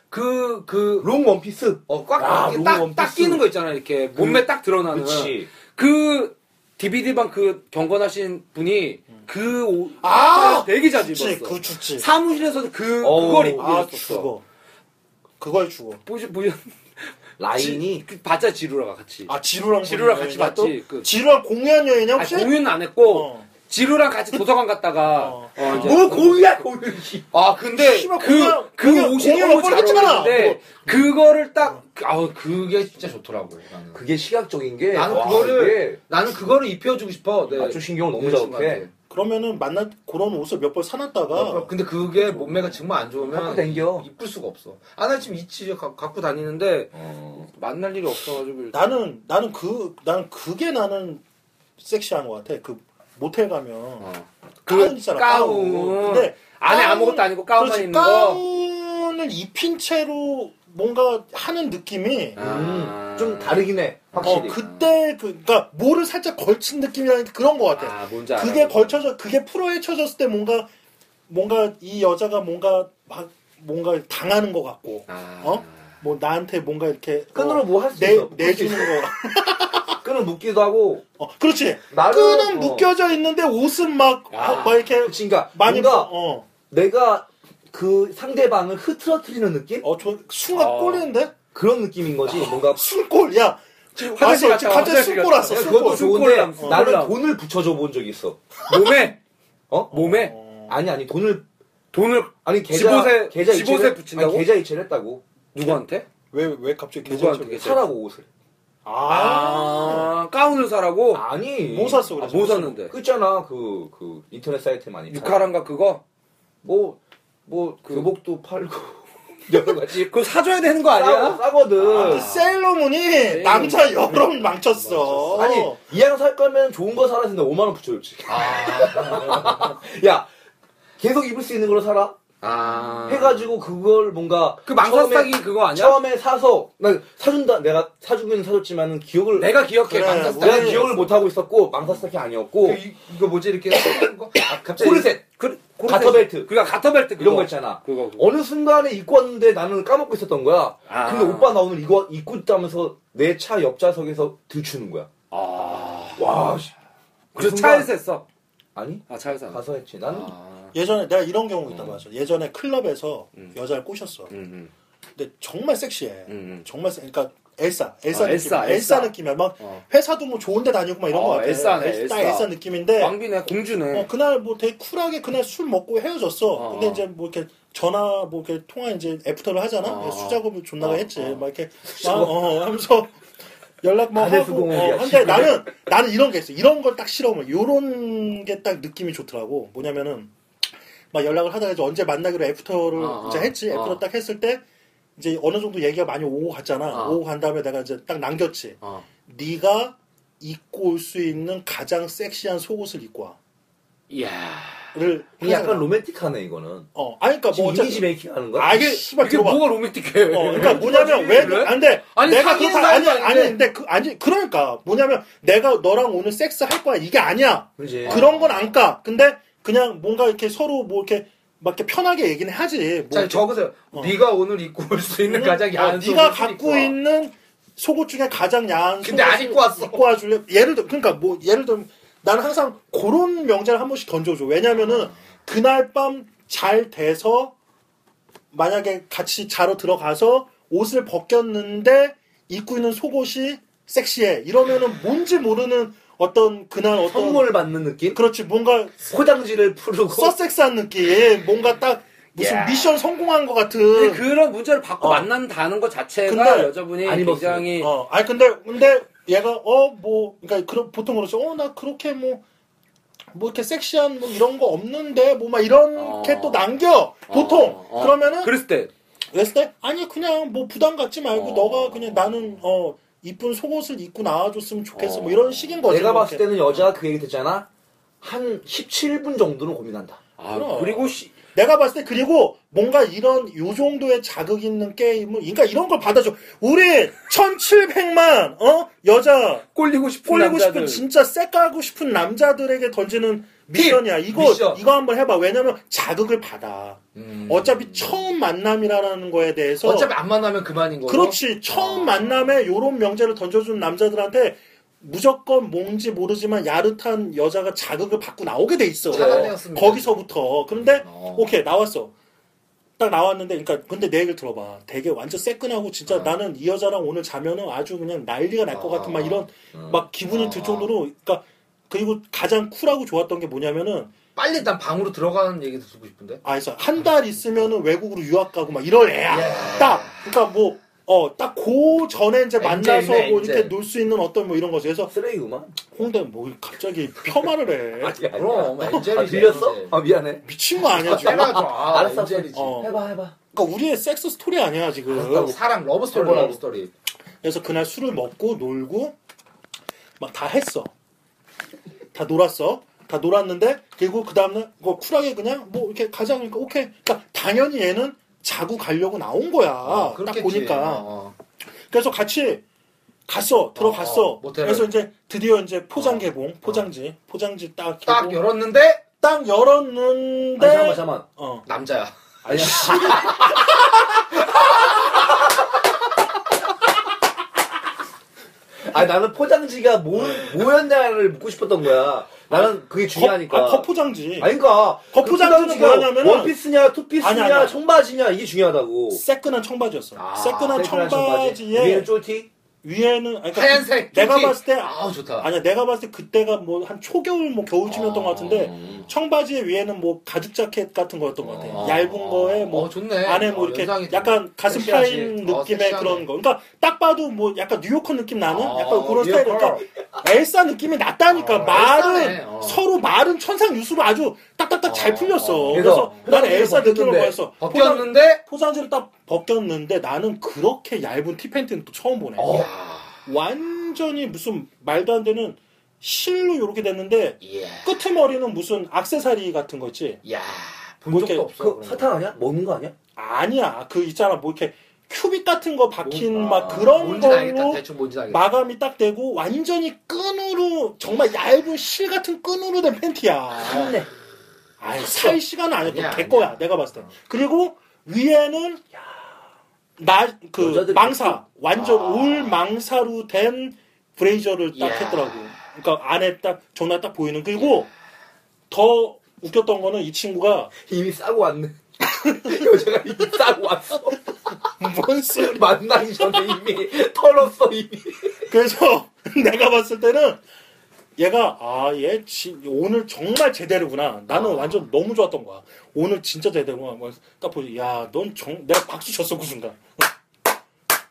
S5: 그, 그,
S2: 롱 원피스.
S5: 어, 꽉,
S2: 아,
S5: 끼-
S2: 롱
S5: 딱,
S2: 원피스.
S5: 딱 끼는 거 있잖아, 이렇게.
S1: 그
S5: 몸매 딱
S3: 아,
S5: 드러나는.
S2: 그렇지.
S3: 그 DVD방 그 경건하신 분이 그 옷,
S1: 음. 아!
S3: 되게 자주
S1: 죽지
S3: 입었어.
S1: 그 죽지.
S3: 사무실에서는 그,
S2: 어우,
S3: 네. 그걸 입고
S1: 아
S3: 있었어.
S1: 죽어. 그걸 죽어.
S3: 보시, 보시,
S2: 라인이
S3: 그 봤자 지루라가 같이.
S1: 아 지루랑
S3: 지루랑
S1: 공연
S3: 같이
S1: 여행이야, 또?
S3: 봤지, 그.
S1: 지루랑 공연 여행이냐
S3: 아니, 뭐
S1: 혹시?
S3: 공유는 안 했고,
S1: 어.
S3: 지루랑 같이 도서관 갔다가,
S1: 어.
S3: 어, 이제-
S2: 뭐 공이야 공이.
S3: 아, 근데,
S1: 씨발,
S3: 그,
S1: 공연- 공연-
S3: 그 옷이
S1: 공연을
S3: 너무 잘
S1: 뻔했잖아.
S3: 어울리는데, 그거를 딱, 아우, 그,
S5: 그게 진짜 좋더라고, 나는.
S2: 그게 시각적인 게
S5: 나는
S2: 와,
S5: 그거를,
S2: 이게
S5: 나는 그거를 입혀주고 싶어. 내,
S2: 아주 신경을 너무
S5: 내
S2: 자극해.
S5: 친구한테.
S1: 그러면은 만나 그런 옷을 몇 벌
S3: 어.
S1: 사놨다가
S5: 근데 그게 몸매가 정말 안 좋으면.
S2: 자꾸 당겨.
S5: 이쁠 수가 없어. 아, 나 지금 있지. 가- 갖고 다니는데,
S2: 어.
S3: 만날 일이 없어가지고. 일단.
S1: 나는 나는 그 나는 그게 나는 섹시한 것 같아. 그 모텔 가면
S3: 그
S1: 가운 있잖아. 가운.
S3: 가운.
S1: 근데
S3: 안에
S1: 가운-
S2: 음.
S3: 아무것도 아니고 가운만
S1: 그렇지,
S3: 입는 거.
S1: 가운을 입힌 채로 뭔가 하는 느낌이
S3: 아.
S2: 음, 좀 다르긴 해
S1: 어,
S2: 확실히.
S1: 그때 그 그러니까 뭐를 살짝 걸친 느낌이라는 게 그런 것 같아.
S3: 아,
S2: 네,
S3: 뭔지 알아.
S1: 그게 걸쳐져 그게 프로에 쳐졌을 때 뭔가 뭔가 이 여자가 뭔가 막 뭔가 당하는 것 같고
S3: 아.
S1: 어? 뭐 나한테 뭔가 이렇게
S2: 끈으로
S1: 어,
S2: 뭐 할 수
S1: 내
S2: 있어.
S1: 내주는 거.
S2: 끈을 묶기도 하고.
S1: 어, 그렇지.
S2: 나름,
S1: 끈은
S2: 어.
S1: 묶여져 있는데 옷은 막,
S3: 아,
S1: 막 이렇게
S2: 그치, 그러니까
S1: 많이
S2: 뭔가
S1: 보- 어,
S2: 내가 그 상대방을 흐트러뜨리는 느낌?
S1: 어, 저 순간
S3: 아.
S1: 꼴리는데
S2: 그런 느낌인 거지. 뭔가
S1: 술꼴 야. 지금 왔어.
S3: 화장실 갔다
S1: 지금
S3: 와,
S1: 갑자기
S3: 화장실
S1: 술꼴
S3: 갔다
S1: 왔어.
S3: 와.
S1: 술꼴.
S2: 그것도
S3: 술
S2: 좋은데
S3: 꼴랑, 술
S2: 나는
S3: 꼴랑.
S2: 돈을 붙여줘 본 적 있어.
S3: 몸에
S2: 어?
S3: 몸에
S1: 어.
S2: 아니 아니 돈을
S3: 돈을
S2: 아니 계좌
S3: 집옷에-
S2: 계좌
S3: 집옷에
S2: 이체를-
S3: 붙인다고?
S2: 아니, 계좌 이체를 했다고.
S3: 누구한테?
S1: 왜 왜 갑자기
S3: 누구한테
S1: 계좌이체?
S3: 계좌?
S2: 사라고 옷을.
S1: 아,
S3: 가운을 사라고
S2: 아니.
S1: 뭐 샀어
S3: 아,
S1: 그래서?
S3: 뭐 샀는데?
S2: 그 있잖아 그, 그 인터넷 사이트 많이
S3: 유카란가 그거?
S2: 뭐뭐 교복도 팔고 여러 가지
S3: 그거 사줘야 되는 거
S2: 싸,
S3: 아니야?
S2: 싸거든
S1: 아, 셀러문이 남자 여름 망쳤어.
S2: 아니 이왕 살 거면 좋은 거 사라 했는데 5만 원 붙여줬지 야 계속 입을 수 있는 걸로 사라
S5: 아.
S2: 해가지고 그걸 뭔가
S3: 그 망사싸기 그거 아니야?
S2: 처음에 사서 난 사준다 내가 사주긴 사줬지만은 기억을
S3: 내가 기억해
S1: 그래,
S3: 망사싸기
S2: 내가 기억을 못 하고 있었고 망사싸기 아니었고
S5: 그 이- 이거 뭐지 이렇게 하는 거? 아, 갑자기
S2: 코르셋
S3: 그,
S2: 가터벨트.
S3: 그니까 가터벨트 그거
S2: 이런 거 있잖아
S3: 그거 그거
S2: 어느 순간에 입고 왔는데 나는 까먹고 있었던 거야.
S3: 아.
S2: 근데 오빠 나 오늘 이거 입고 있다면서 내 차 옆좌석에서 들추는 거야. 와. 씨.
S3: 그래서
S2: 아, 순간-
S3: 차에서 했어
S2: 아니
S3: 아 차에서 안 했어.
S2: 가서 했지. 나는
S3: 아,
S1: 예전에 내가 이런 경우 있다고 하죠. 예전에 클럽에서 여자를 꼬셨어.
S3: 음,
S1: 근데 정말 섹시해.
S3: 음.
S1: 정말 섹 그러니까 엘사, 엘사
S3: 아,
S1: 느낌,
S3: 엘사,
S1: 엘사,
S3: 엘사.
S1: 느낌이야. 막
S3: 어.
S1: 회사도 뭐 좋은데 다니고 막 이런
S3: 어,
S1: 거 같아.
S3: 엘사네,
S1: 엘- 딱
S3: 엘사. 아,
S1: 엘사 느낌인데
S3: 왕비네 공주네
S1: 어, 그날 뭐 되게 쿨하게 그날 술 먹고 헤어졌어.
S3: 어.
S1: 근데 이제 뭐 이렇게 전화 뭐 이렇게 통화 이제 애프터를 하잖아.
S3: 어.
S1: 그래서 수작업을 존나게 했지. 막 이렇게 막,
S2: 수작업.
S1: 어, 하면서 연락 막
S2: 다들
S1: 하고.
S2: 수공업이야,
S1: 어, 근데
S2: 지금.
S1: 나는 나는 이런 게 있어. 이런 걸 딱 싫어하면 요런 게 딱 느낌이 좋더라고. 뭐냐면은 막 연락을 하다가 이제 언제 만나기로 애프터를
S5: 어,
S1: 이제
S5: 어,
S1: 했지. 애프터
S5: 어.
S1: 딱 했을 때 이제 어느 정도 얘기가 많이 오고 갔잖아.
S5: 어.
S1: 오고 간 다음에 내가 이제 딱 남겼지.
S5: 어.
S1: 네가 입고 올 수 있는 가장 섹시한 속옷을 입고 와.
S5: 이야.
S1: 를
S2: 이게 약간 로맨틱하네 이거는.
S1: 어 아니 그러니까
S2: 지금
S1: 뭐
S2: 이미지
S1: 어차피
S2: 메이킹 하는 거야?
S1: 아 이게 씨발
S3: 이게
S1: 들어봐
S3: 뭐가 로맨틱해
S1: 어 그러니까 뭐냐면 왜
S3: 그래?
S1: 안돼
S3: 아니,
S1: 내가
S3: 사귀는
S1: 그렇다 아니
S3: 사이도
S1: 아니
S3: 아닌데.
S1: 근데 그 아니 그러니까 뭐냐면 내가 너랑 오늘 섹스 할 거야 이게 아니야
S2: 그지.
S1: 그런 건 안 까 근데 그냥 뭔가 이렇게 서로 뭐 이렇게 막 이렇게 편하게 얘기는 하지 뭐
S5: 자 적으세요.
S1: 어.
S5: 네가 오늘 입고 올 수 있는 가장
S1: 어,
S5: 야한 속옷을
S1: 네가 갖고
S5: 입고 와.
S1: 있는 속옷 중에 가장 야한
S5: 근데 안
S1: 속옷을
S5: 입고 왔어.
S1: 입고 와줄래 예를 들어 그러니까 뭐 예를 들면 나는 항상 그런 명제를 한 번씩 던져줘 왜냐면은 그날 밤 잘 돼서 만약에 같이 자러 들어가서 옷을 벗겼는데 입고 있는 속옷이 섹시해 이러면은 뭔지 모르는 어떤 그날 어떤
S2: 선물 받는 느낌?
S1: 그렇지 뭔가
S2: 포장지를 푸르고
S1: 서섹스한 느낌 뭔가 딱 무슨
S2: 야.
S1: 미션 성공한 것 같은
S5: 그러니까
S3: 근데 그런 문자를 받고
S1: 어.
S3: 만난다는 것 자체가
S1: 근데
S3: 여자분이
S2: 안 입었어요.
S3: 굉장히
S1: 어, 아니 근데 근데 얘가 어 뭐 그러니까 그런 보통 그러죠. 어 나 그렇게 뭐 뭐 이렇게 섹시한 뭐 이런 거 없는데 뭐 막 이렇게
S3: 어.
S1: 또 남겨 보통
S3: 어.
S1: 그러면은
S3: 그랬을 때
S1: 그랬을 때 아니 그냥 뭐 부담 갖지 말고
S3: 어.
S1: 너가 그냥 나는 어 이쁜 속옷을 입고 나와줬으면 좋겠어 뭐 이런 식인 거지
S2: 내가 봤을
S1: 그렇게.
S2: 때는 여자가 그 얘기 듣잖아. 한 17분 정도는 고민한다.
S3: 아,
S1: 그럼.
S3: 그리고 씨,
S1: 내가 봤을 때 그리고 뭔가 이런 요 정도의 자극 있는 게임을 그러니까 이런 걸 받아줘 우리 1700만 어 여자
S3: 꼴리고 싶은
S1: 꼴리고 싶은
S3: 남자들.
S1: 진짜 쎄까고 싶은 남자들에게 던지는 미션이야. 이거
S2: 미션.
S1: 이거 한번 해봐. 왜냐면 자극을 받아. 어차피 처음 만남이라는 거에 대해서
S5: 어차피 안 만나면 그만인 거고.
S1: 그렇지. 처음 만남에 요런 명제를 던져준 남자들한테 무조건 뭔지 모르지만 야릇한 여자가 자극을 받고 나오게 돼 있어.
S5: 차단되었습니다.
S1: 거기서부터. 그런데
S5: 어.
S1: 오케이 나왔어. 딱 나왔는데, 그러니까 근데 내 얘기를 들어봐. 되게 완전 새끈하고 진짜
S5: 어.
S1: 나는 이 여자랑 오늘 자면은 아주 그냥 난리가 날 것
S5: 어.
S1: 같은 막 이런 막 기분이
S5: 어.
S1: 들 정도로 그러니까 그리고 가장 쿨하고 좋았던 게 뭐냐면은
S5: 빨리 일단 방으로 들어가는 얘기도 듣고 싶은데.
S1: 아 그래서 한 달 있으면은 외국으로 유학 가고 막 이럴 애야
S5: 예.
S1: 딱 그러니까 뭐 어 딱 그 전에 이제
S5: 인제,
S1: 만나서
S5: 인제,
S1: 뭐
S5: 인제.
S1: 이렇게 놀 수 있는 어떤 뭐 이런 거지 그래서
S2: 쓰레기구만.
S1: 홍대 뭐 갑자기 폄하를 해
S5: 그럼 엔젤이
S2: 아, 들렸어? 아 미안해.
S1: 미친 거 아니야 지금
S5: 해봐 줘. 아,
S2: 알았어.
S5: 엔젤이지.
S1: 어
S2: 해봐 해봐.
S1: 그러니까 우리의 섹스 스토리 아니야 지금
S5: 사랑 러브 스토리
S1: 어.
S2: 해보라고.
S5: 러브 스토리.
S1: 그래서 그날 술을 먹고 놀고 막 다 했어. 다 놀았어. 다 놀았는데 그리고 그 다음날 뭐 쿨하게 그냥 뭐 이렇게 가자 니까 오케이. 그러니까 당연히 얘는 자고 가려고 나온 거야.
S3: 아,
S5: 어,
S1: 아, 딱
S5: 그렇겠지.
S1: 보니까.
S5: 어, 어.
S1: 그래서 같이 갔어. 들어갔어.
S5: 어, 모텔을.
S1: 그래서 이제 드디어 이제 포장 개봉, 포장지, 포장지 딱
S5: 딱
S1: 개봉.
S5: 열었는데
S1: 딱 열었는데
S2: 아니, 잠깐만 잠깐만.
S1: 어.
S5: 남자야.
S2: 아니야. 아 나는 포장지가 뭐 뭐였냐를 묻고 싶었던 거야. 나는 그게 중요하니까.
S1: 겉- 아, 겉포장지.
S2: 아니까 그러니까 그
S1: 겉포장지는 뭐냐면은
S2: 원피스냐 투피스냐
S1: 아니, 아니, 아니.
S2: 청바지냐 이게 중요하다고.
S1: 새끈한 청바지였어.
S5: 아,
S1: 새끈한
S2: 뭐. 새끈한
S1: 청바지에
S2: 위에는 쫄티
S1: 위에는 아니, 그러니까
S5: 하얀색
S1: 내가
S5: 조끼.
S1: 봤을 때
S5: 아우 좋다
S1: 아니야 내가 봤을 때 그때가 뭐 한 초겨울 뭐 겨울쯤이었던
S5: 아.
S1: 것 같은데 청바지의 위에는 뭐 가죽 자켓 같은 거였던 것 같아. 요 얇은 거에 뭐
S5: 어, 좋네.
S1: 안에 뭐
S5: 어,
S1: 이렇게
S5: 연상이 좀
S1: 약간 가슴
S5: 섹시하지.
S1: 파인
S5: 어,
S1: 느낌의
S5: 섹시하네.
S1: 그런 거. 그러니까 딱 봐도 뭐 약간 뉴요커 느낌 나는
S5: 아,
S1: 약간 그런 스타일.
S5: 뉴요커.
S1: 그러니까 엘사 느낌이 났다니까
S5: 어, 엘사네.
S1: 말은
S5: 어.
S1: 서로 말은 천상 유수로 아주 딱딱딱 잘
S5: 어,
S1: 풀렸어.
S5: 어.
S1: 그래서
S2: 그래서
S1: 나는 엘사 느낌을
S2: 벗겼는데,
S1: 보였어. 포장,
S3: 벗겼는데
S1: 포장지를 딱 벗겼는데 나는 그렇게 얇은 티팬티는 또 처음 보네.
S5: 어.
S1: 완전히 무슨 말도 안 되는 실로 이렇게 됐는데
S5: 이야.
S1: 끄트머리는 무슨 악세사리 같은 거 있지?
S5: 이야. 본
S1: 뭐
S5: 적도
S1: 이렇게
S5: 없어.
S2: 그
S5: 그런 거.
S2: 사탕 아니야? 먹는 거 아니야?
S1: 아니야. 그 있잖아. 뭐 이렇게 큐빅 같은 거 박힌
S5: 아,
S1: 막 그런
S5: 뭔지 알겠다.
S1: 걸로
S5: 대충 뭔지 알겠다.
S1: 마감이 딱 되고 완전히 끈으로 정말 얇은 실 같은 끈으로 된
S5: 아,
S1: 팬티야.
S2: 네
S1: 아이, 그 살 시간은
S5: 아니야,
S1: 아니었던 개
S5: 아니야.
S1: 거야. 내가 봤을 때. 그리고 위에는 나 그
S2: 여자들이
S1: 망사 완전
S5: 아.
S1: 올 망사로 된 브레이저를 딱
S5: 이야.
S1: 했더라고. 그러니까 안에 딱 전화 딱 보이는 그리고 더 웃겼던 거는 이 친구가
S2: 이미 싸고 왔네. 여자가 이미 싸고 왔어.
S1: 뭔 소리
S2: 만나기 전에 이미 털었어 이미.
S1: 그래서 내가 봤을 때는 얘가 아얘 오늘 정말 제대로구나
S5: 아.
S1: 나는 완전 너무 좋았던 거야 오늘 진짜 제대로구나 뭐딱 보지 야넌정 내가 박수 쳤어 그 순간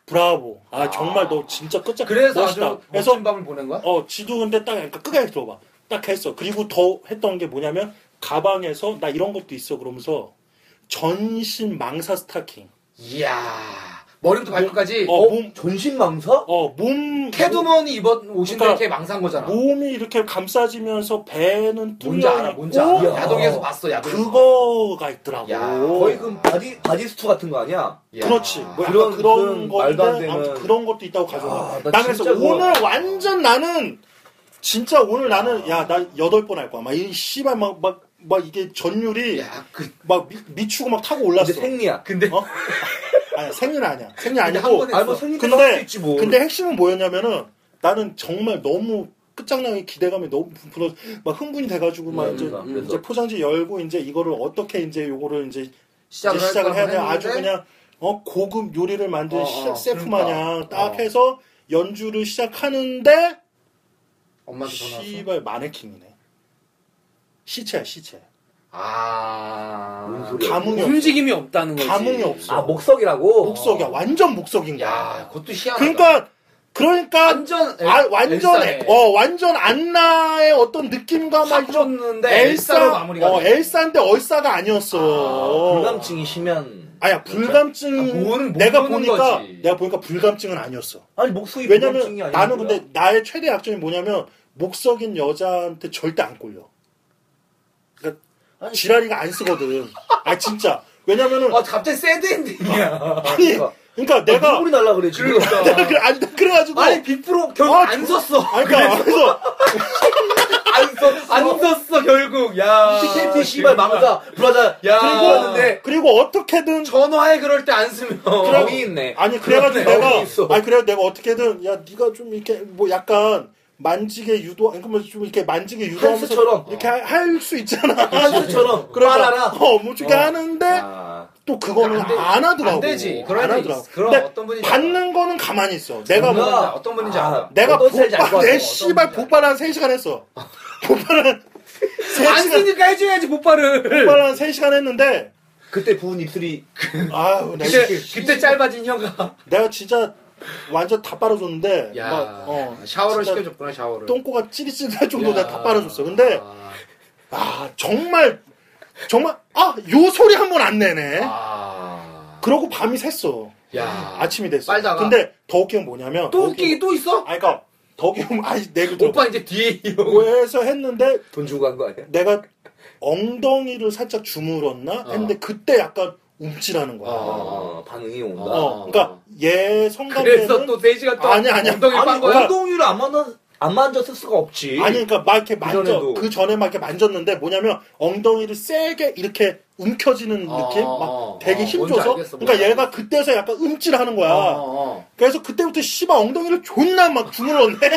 S1: 브라보 아, 정말 너 진짜 끝장
S5: 그래서 아주
S1: 그래서
S5: 멋진 밤을 보낸 거야?
S1: 어 지도 근데 딱 그러니까 끝까지 들어봐 딱 했어 그리고 더 했던 게 뭐냐면 가방에서 나 이런 것도 있어 그러면서 전신 망사 스타킹
S5: 이야. 머리부터 발끝까지
S1: 어몸
S2: 뭐, 전신망사?
S1: 어몸
S5: 캐드먼이 입은 옷인데
S1: 뭐, 그러니까
S5: 이렇게 망상 거잖아.
S1: 몸이 이렇게 감싸지면서 배는
S5: 뭔지 알아,
S1: 뚫려
S5: 뭔지
S1: 있고
S5: 알아.
S2: 야.
S5: 야동에서 봤어, 야동.
S1: 뭐? 그거가 있더라고.
S5: 야,
S2: 거의 그 바디 바디스투 같은 거 아니야?
S1: 그렇지. 뭐 약간
S2: 그런-
S1: 그런,
S2: 그런 말도 안
S1: 건데
S2: 되는-
S1: 아무튼 그런 것도 있다고 가져와.
S2: 야,
S1: 나
S2: 나
S1: 그래서
S2: 진짜 그거-
S1: 오늘 완전 나는 진짜 오늘 나는 야 나 여덟 번 할 거야. 막 이 씨발 막 막 막 이게 전율이
S5: 야, 그,
S1: 막 미, 미치고 막 타고 올랐어.
S2: 근데 생리야.
S5: 근데
S1: 어? 아니야 생리는 아니야. 생리
S5: 근데 한
S1: 아니고
S5: 번에
S2: 아니 뭐 생리
S1: 근데-
S2: 때할수 있지 뭐.
S1: 근데 핵심은 뭐였냐면은 나는 정말 너무 끝장나게 기대감이 너무 불어 막 흥분이 돼가지고 막
S2: 음,
S1: 이제,
S2: 음, 그래서.
S1: 이제 포장지 열고 이제 이거를 어떻게 이제 요거를 이제
S5: 시작을,
S1: 이제 시작을 해야 돼
S5: 요
S1: 아주 그냥 어 고급 요리를 만드는
S5: 어, 어,
S1: 시작 셰프
S5: 그러니까.
S1: 마냥 딱
S5: 어.
S1: 해서 연주를 시작하는데
S5: 엄마한테 전화 왔어.
S1: 시발 마네킹이네 시체야 시체
S5: 어. 아.
S2: 뭔 소리야?
S1: 감흥이 없어
S3: 움직임이 없다는 거지.
S1: 감흥이 없어
S2: 아 목석이라고?
S1: 목석이야 완전 목석인 거야
S5: 야, 그것도 희한하다.
S1: 그러니까 그러니까
S5: 완전
S1: 아, 완전
S5: 엘사네.
S1: 어 완전 안나의 어떤 느낌과 막
S5: 막
S1: 이런
S5: 쳤는데 엘사로
S1: 엘사
S5: 마무리가
S1: 어
S5: 돼.
S1: 엘사인데 얼싸가 아니었어.
S2: 아, 불감증이 심한.
S1: 아야 불감증
S5: 아, 그거는 못
S1: 내가
S5: 보는
S1: 보니까
S5: 거지.
S1: 내가 보니까 불감증은 아니었어.
S2: 아니 목석이
S1: 왜냐면
S2: 불감증이 아니야.
S1: 나는 근데 나의 최대 약점이 뭐냐면 목석인 여자한테 절대 안 꼴려. 그러니까
S2: 아니,
S1: 지랄이가 안 쓰거든. 아 진짜. 왜냐면은
S5: 아, 갑자기 새드엔딩이야.
S1: 아니
S2: 그러니까.
S1: 그러니까
S2: 내가
S1: 내가
S2: 눈물이 날라 그래 지금.
S1: 그래, 아니 그래가지고
S5: 아니, 빅프로 결국
S1: 아,
S5: 안
S1: 저-
S5: 썼어.
S1: 아니, 그러니까 그래서
S5: 안 썼어. 안 썼어, 결국.
S3: 아,
S5: 야.
S3: 그러니까.
S2: TKT
S1: 아,
S2: 씨발 망사 브라자
S5: 야.
S2: 들고 왔는데
S1: 그리고 어떻게든
S5: 전화해 그럴 때 안 쓰면.
S2: 병이 있네.
S1: 아니 그래가지고
S2: 그렇네,
S1: 내가
S2: 여기 있어.
S1: 아니 그래 내가 어떻게든 야 네가 좀 이렇게 뭐 약간 만지게 유도 아니 그러면 좀 이렇게 만지게 유도하면서
S2: 한스처럼.
S1: 이렇게 할 수 있잖아
S2: 한수처럼
S1: 그러니까,
S2: 빨아라.
S1: 어 무지게 하는데
S2: 그렇죠. 아,
S1: 또 그거는
S5: 안 돼.
S1: 안, 하더라고
S5: 안 되지. 그런
S1: 안
S5: 애들
S1: 하더라고
S5: 있- 그런
S1: 근데
S5: 어떤 분이
S1: 받는 거는 가만히 있어 내가
S5: 뭔가
S1: 뭐
S5: 알아, 어떤 분인지 알아.
S1: 내가
S2: 어떤 살지 알것
S1: 복발
S2: 같아,
S1: 내
S2: 어떤
S1: 씨발 복발 한 3시간 했어 복발은
S3: 안
S1: 3시간
S3: 쓰니까 해줘야지 못발을.
S1: 복발 한 3시간 했는데
S2: 그때 부은 입술이
S1: 아유 내가
S3: 그때 그때 짧아진 혀가.
S1: 내가 진짜 완전 다 빨아줬는데
S5: 야.
S1: 막, 어,
S5: 샤워를
S1: 진짜
S5: 시켜줬구나, 샤워를.
S1: 똥꼬가 찌릿찌릿할 정도로
S5: 야.
S1: 내가 다 빨아줬어. 근데
S5: 아.
S1: 아 정말 정말 아 요 소리 한 번 안 내네.
S5: 아.
S1: 그러고 밤이 샜어.
S5: 야.
S1: 아침이 됐어.
S5: 빨다가.
S1: 근데 더 웃긴 건 뭐냐면
S3: 또 웃기기 또 있어?
S1: 아니 그러니까 더 웃긴 건 아니 내가
S5: 오빠 이제 뒤에 이러고.
S1: 그래서 했는데
S2: 돈 주고 간 거 아니야?
S1: 내가 엉덩이를 살짝 주물었나 했는데 그때 약간 움찔하는 거야.
S5: 어. 아.
S2: 어, 반응이 온다.
S1: 어, 그러니까 얘
S5: 그래서
S1: 성감대는
S5: 또 3시간 동안
S1: 아니, 아니.
S5: 엉덩이
S2: 아니
S5: 빤
S3: 어.
S5: 거야?
S2: 운동률을 안 만져 안 만졌을 수가 없지.
S1: 아니 그러니까 막 이렇게 만져
S2: 전에도.
S1: 그 전에 막 이렇게 만졌는데 뭐냐면 엉덩이를 세게 이렇게 움켜쥐는
S5: 어,
S1: 느낌
S5: 어,
S1: 막 되게
S5: 어, 뭔지
S1: 힘줘서
S5: 알겠어, 뭔지
S1: 그러니까 얘가
S5: 알겠어.
S1: 그때서 약간 움찔하는 거야
S5: 어, 어.
S1: 그래서 그때부터 씨발 엉덩이를 존나 막 주물었네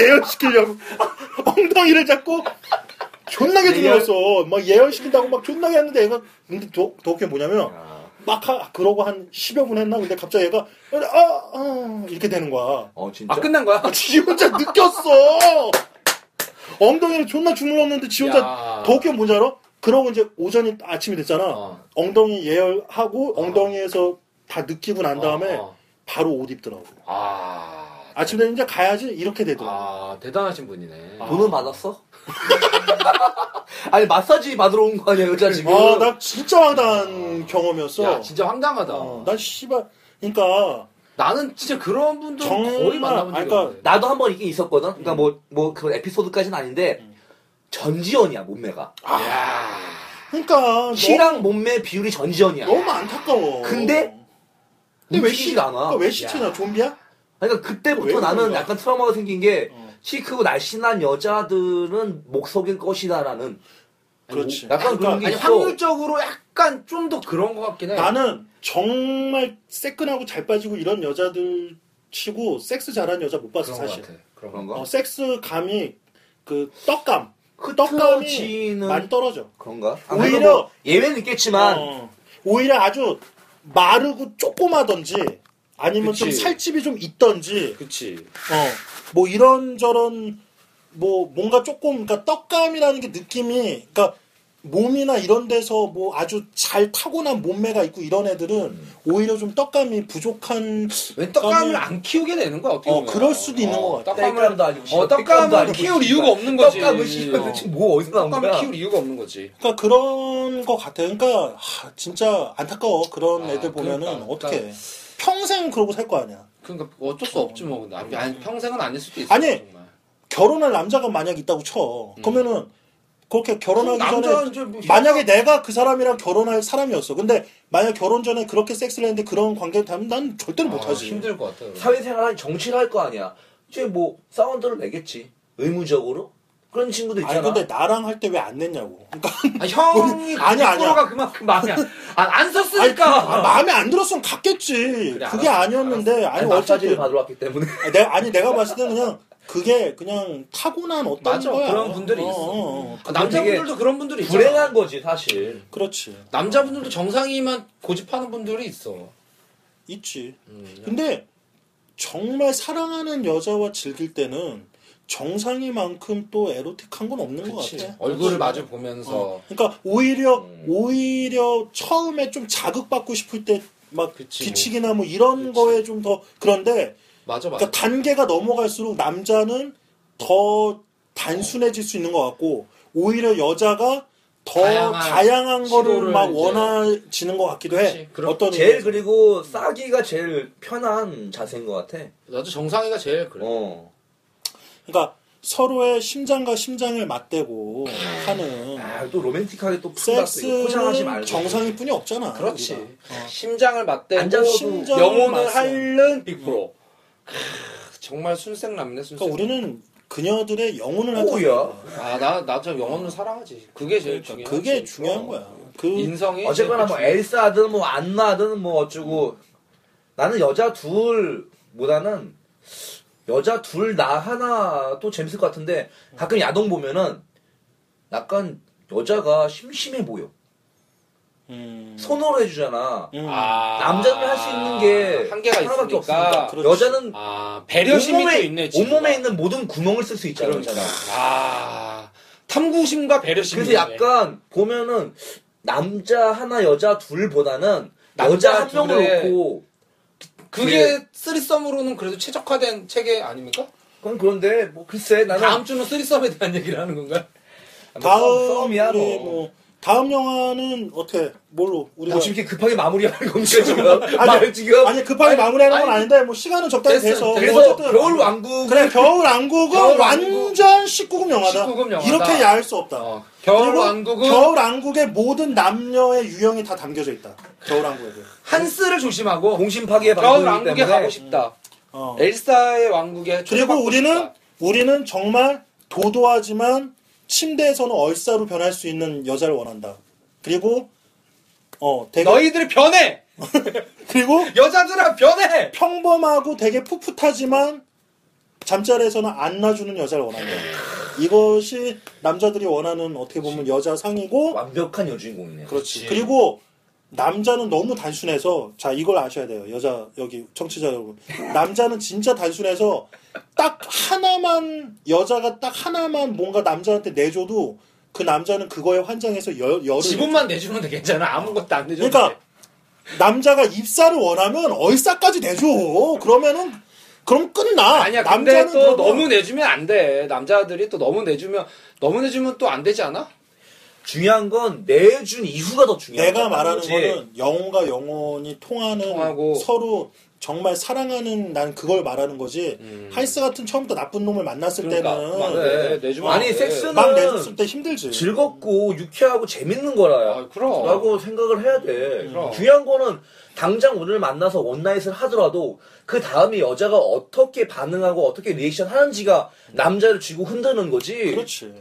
S1: 예열시키려고 엉덩이를 잡고
S3: 네, 아.
S1: 존나게 주물었어 막 예열시킨다고 막 존나게 했는데 얘가 근데 더, 더 웃긴 게 뭐냐면 막 하, 그러고 한 10여 분 했나? 근데 갑자기 얘가 아, 아 이렇게 되는 거야.
S6: 어 진짜.
S7: 아 끝난 거야?
S1: 아, 지 혼자 느꼈어. 엉덩이를 존나 주물렀는데 지 혼자
S3: 야.
S1: 더 웃긴 뭔지 알아? 그러고 이제 오전이 아침이 됐잖아.
S3: 어.
S1: 엉덩이 예열하고
S3: 어.
S1: 엉덩이에서 다 느끼고 난 다음에
S3: 어, 어.
S1: 바로 옷 입더라고.
S3: 아,
S1: 아침 되면 이제 가야지 이렇게 되더라고.
S3: 아 대단하신 분이네.
S2: 아.
S1: 아,
S2: 돈은 받았어? 아니 마사지 받으러 온 거 아니야 여자 지금? 아,
S1: 아, 나 진짜 황당한 경험이었어.
S3: 야 진짜 황당하다.
S1: 어, 난 씨발 그러니까
S3: 나는 진짜 그런 분들 거의
S1: 정말,
S3: 만나본 적이
S1: 그러니까
S3: 없는데.
S2: 나도 한 번 있긴 있었거든. 그러니까 뭐
S1: 음.
S2: 뭐 그런 에피소드까지는 아닌데 전지현이야 몸매가.
S1: 아, 그러니까
S2: 키랑 몸매 비율이 전지현이야.
S1: 너무, 너무 안타까워.
S2: 근데
S1: 어? 근데 왜 시-
S2: 웃기지가 않아.
S1: 그러니까 왜 시체냐? 좀비야? 왜
S2: 그러니까 그때부터
S1: 그런
S2: 나는
S1: 거야?
S2: 약간 트라우마가 생긴 게
S1: 어.
S2: 키 크고 날씬한 여자들은 목 속일 것이다라는
S1: 그렇지. 그러니까
S2: 약간 그런 게
S3: 아니
S2: 있어.
S3: 확률적으로 약간 좀 더 그런 것 같긴 해.
S1: 나는 정말 새끈하고 잘 빠지고 이런 여자들 치고 섹스 잘하는 여자 못 봤어
S3: 그런 것
S1: 사실.
S3: 같아. 그런 거.
S2: 그런
S1: 어,
S2: 거?
S1: 섹스 감이 그 떡감 떡감이
S2: 흩어지는
S1: 많이 떨어져.
S2: 그런가?
S1: 오히려-
S2: 그래도 뭐 예외는 있겠지만
S1: 어, 오히려 아주 마르고 조그마던지 아니면 좀
S3: 그치.
S1: 살집이 좀 있던지
S3: 그치.
S1: 어, 뭐 이런저런 뭐 뭔가 조금 그러니까 떡감이라는 게 느낌이 그러니까 몸이나 이런 데서 뭐 아주 잘 타고난 몸매가 있고 이런 애들은 오히려 좀 떡감이 부족한
S3: 왜 떡감을
S1: 그러면-
S3: 안 키우게 되는 거야 어떻게
S1: 어,
S3: 보면.
S1: 그럴 수도 있는 것 같아. 그러니까
S3: 떡감을
S2: 뺄감도 아니고
S3: 어,
S2: 씨발, 뺄감도
S3: 떡감을
S2: 아니고
S3: 키울
S2: 씨발.
S3: 이유가 없는 거지.
S2: 떡감은 씨발 대체 뭐 어디서 나온
S3: 떡감을
S2: 거야?
S3: 키울 이유가 없는 거지.
S1: 그러니까 그런 것 같아. 그러니까 하, 진짜 안타까워. 그런
S3: 아,
S1: 애들 보면은
S3: 그러니까.
S1: 어떻게 평생 그러고 살 거 아니야.
S3: 그러니까 어쩔 수 없지 뭐 근데 아니, 아니, 평생은 아닐 수도 있어.
S1: 아니,
S3: 정말.
S1: 결혼할 남자가 만약 있다고 쳐. 그러면은 그렇게 결혼하기 전에
S3: 음. 남자는 좀
S1: 만약에 내가 그 사람이랑 결혼할 사람이었어. 근데 만약 결혼 전에 그렇게 섹스를 했는데 그런 관계를 타면 난 절대로
S3: 아,
S1: 못하지.
S3: 힘들 것 같아. 그럼.
S2: 사회생활 정치를 할 거 아니야. 이제 뭐 사운드를 내겠지. 의무적으로 그런 친구도 있잖아.
S1: 아니 근데 나랑 할 때 왜 안 냈냐고. 그러니까
S3: 아, 형이
S1: 아니야, 아니야.
S3: 프로가 그만큼 마음에 안, 안, 안
S1: 아니, 그,
S3: 썼으니까.
S1: 아, 마음에 안 들었으면 갔겠지.
S3: 그래,
S1: 그게
S3: 알았어,
S1: 아니었는데
S2: 아니,
S1: 아니
S2: 마사지를
S1: 어쨌든
S2: 받으러 왔기 때문에
S1: 내, 아니 내가 봤을 때는 그냥 그게 그냥 타고난 어떤
S3: 맞아,
S1: 거야.
S3: 그런 분들이 있어.
S1: 어, 어.
S3: 아, 남자분들도 그런 분들이
S1: 그렇죠.
S3: 있잖아.
S2: 불행한 거지 사실.
S1: 그렇지.
S3: 남자분들도 정상이만 고집하는 분들이 있어.
S1: 있지.
S3: 음.
S1: 근데 정말 사랑하는 여자와 즐길 때는 정상이만큼 또 에로틱한 건 없는
S3: 그치.
S1: 것 같아.
S3: 얼굴을 음. 마주 보면서
S1: 어. 그러니까 오히려 오히려 처음에 좀 자극받고 싶을 때 막
S3: 그치.
S1: 뒤치기나 뭐 이런
S3: 그치.
S1: 거에 좀 더 그런데
S3: 맞아 맞아.
S1: 그러니까 단계가 넘어갈수록 남자는 더 단순해질 수 있는 것 같고 오히려 여자가 더
S3: 다양한
S1: 다양한, 거를
S3: 시도를
S1: 막
S3: 이제-
S1: 원해지는 것 같기도 해.
S3: 그치. 그렇-
S1: 그렇죠. 어떤
S2: 제일
S1: 의미에서.
S2: 그리고 싸기가 제일 편한 자세인 것 같아.
S3: 나도 정상이가 제일 그래.
S2: 어.
S1: 그러니까 서로의 심장과 심장을 맞대고 하는
S2: 아또 로맨틱하게 또 풀다 또 포장하지
S1: 섹스는
S2: 말고.
S1: 정상일 뿐이 없잖아.
S3: 그렇지.
S1: 우리가.
S3: 그러니까. 심장을 맞대고
S2: 앉아서
S1: 심장을
S3: 영혼을
S1: 맞서.
S3: 핥는 빅프로. 크, 정말 순생남네 순생.
S1: 그러니까 우리는 그녀들의 영혼을 하자.
S2: 오야.
S3: 아나 나도 영혼을 사랑하지. 그게 제일 어.
S1: 그러니까
S3: 중요해.
S1: 그게 중요한 거야. 그
S3: 인성이
S2: 어쨌거나 뭐
S3: 제일 그렇죠.
S2: 엘사든 뭐 안나든 뭐 어쩌고
S3: 음.
S2: 나는 여자 둘보다는 여자 둘 나 하나 또 재밌을 것 같은데 가끔 야동 보면은 약간 여자가 심심해 보여
S1: 음.
S2: 손으로 해주잖아
S1: 음.
S3: 아,
S2: 남자는 할수 있는 게
S3: 한계가
S2: 하나밖에
S3: 있으니까.
S2: 없으니까
S1: 그렇지.
S2: 여자는
S3: 아 배려심이
S2: 온몸에-
S3: 또 있네. 친구가.
S2: 온몸에 있는 모든 구멍을 쓸 수 있잖아
S3: 그러니까.
S2: 여자가.
S3: 아 탐구심과 배려심이.
S2: 그래서
S3: 있네.
S2: 약간 보면은 남자 하나 여자 둘보다는
S3: 남자
S2: 여자 한 명을
S3: 둘의-
S2: 놓고
S3: 그게 네. 쓰리썸으로는 그래도 최적화된 체계 아닙니까?
S2: 그건 그런데 뭐 글쎄 나는 아,
S3: 다음 주는 쓰리썸에 대한 얘기를 하는 건가? 뭐
S1: 다음
S2: 썸이야
S1: 우리
S2: 뭐.
S1: 뭐 다음 영화는 어떻게 뭘로 우리가
S2: 뭐 지금 이렇게 급하게 마무리하는 겁니까 지금? 말을 지금?
S1: 아니 급하게 마무리하는 건
S3: 아니,
S1: 아닌데 뭐 시간은 적당히
S3: 됐어,
S1: 돼서
S3: 됐어.
S1: 뭐
S2: 그래서
S1: 어쨌든
S2: 겨울 왕국
S1: 그래 겨울 왕국은
S3: 겨울 왕국.
S1: 완전 19금 영화다.
S3: 19금 영화다.
S1: 이렇게 야할 수 없다.
S3: 어, 겨울
S1: 그리고
S3: 왕국은
S1: 겨울 왕국의 모든 남녀의 유형이 다 담겨져 있다. 겨울 왕국에.
S3: 한스를 조심하고
S2: 공심 파괴
S3: 겨울
S2: 방송이기
S3: 왕국에 음.
S2: 때문에
S3: 가고 싶다.
S1: 어.
S3: 엘사의 왕국에
S1: 그리고
S3: 초대받고
S1: 우리는
S3: 싶다.
S1: 우리는 정말 도도하지만 침대에서는 얼싸로 변할 수 있는 여자를 원한다. 그리고 어 되게
S3: 너희들 변해
S1: 그리고
S3: 여자들아 변해.
S1: 평범하고 되게 풋풋하지만 잠자리에서는 안 놔주는 여자를 원한다. 이것이 남자들이 원하는 어떻게 보면 여자 상이고
S2: 완벽한 여주인공이네.
S1: 그렇지.
S3: 그렇지.
S1: 그리고 남자는 너무 단순해서 자 이걸 아셔야 돼요 여자 여기 청취자 여러분 남자는 진짜 단순해서 딱 하나만 여자가 딱 하나만 뭔가 남자한테 내줘도 그 남자는 그거에 환장해서 열 열을
S3: 지분만 내주면 돼 괜찮아 아무것도 안 내줘도
S1: 그러니까
S3: 돼.
S1: 남자가 입사를 원하면 얼싸까지 내줘 그러면은 그럼 끝나
S3: 아니야 근데 또
S1: 그러면-
S3: 너무 내주면 안돼 남자들이 또 너무 내주면 너무 내주면 또 안 되지 않아?
S2: 중요한 건 내준 이후가 더 중요한
S1: 내가
S2: 거라는
S1: 말하는
S2: 거지.
S1: 거는 영혼과 영혼이 통하는
S3: 통하고.
S1: 서로 정말 사랑하는 난 그걸 말하는 거지 하이스 같은 처음부터 나쁜 놈을 만났을
S3: 음. 그러니까,
S1: 때는
S3: 그만.
S2: 네.
S3: 네, 내주면
S2: 아니
S3: 안 돼.
S2: 섹스는
S1: 막 내줬을 때 힘들지
S2: 즐겁고 유쾌하고 재밌는 거라요.
S3: 아, 그럼.
S2: 라고 생각을 해야 돼.
S3: 그럼.
S2: 중요한 거는 당장 오늘 만나서 원나잇을 하더라도 그 다음에 여자가 어떻게 반응하고 어떻게 리액션 하는지가 남자를 쥐고 흔드는 거지.
S1: 그렇지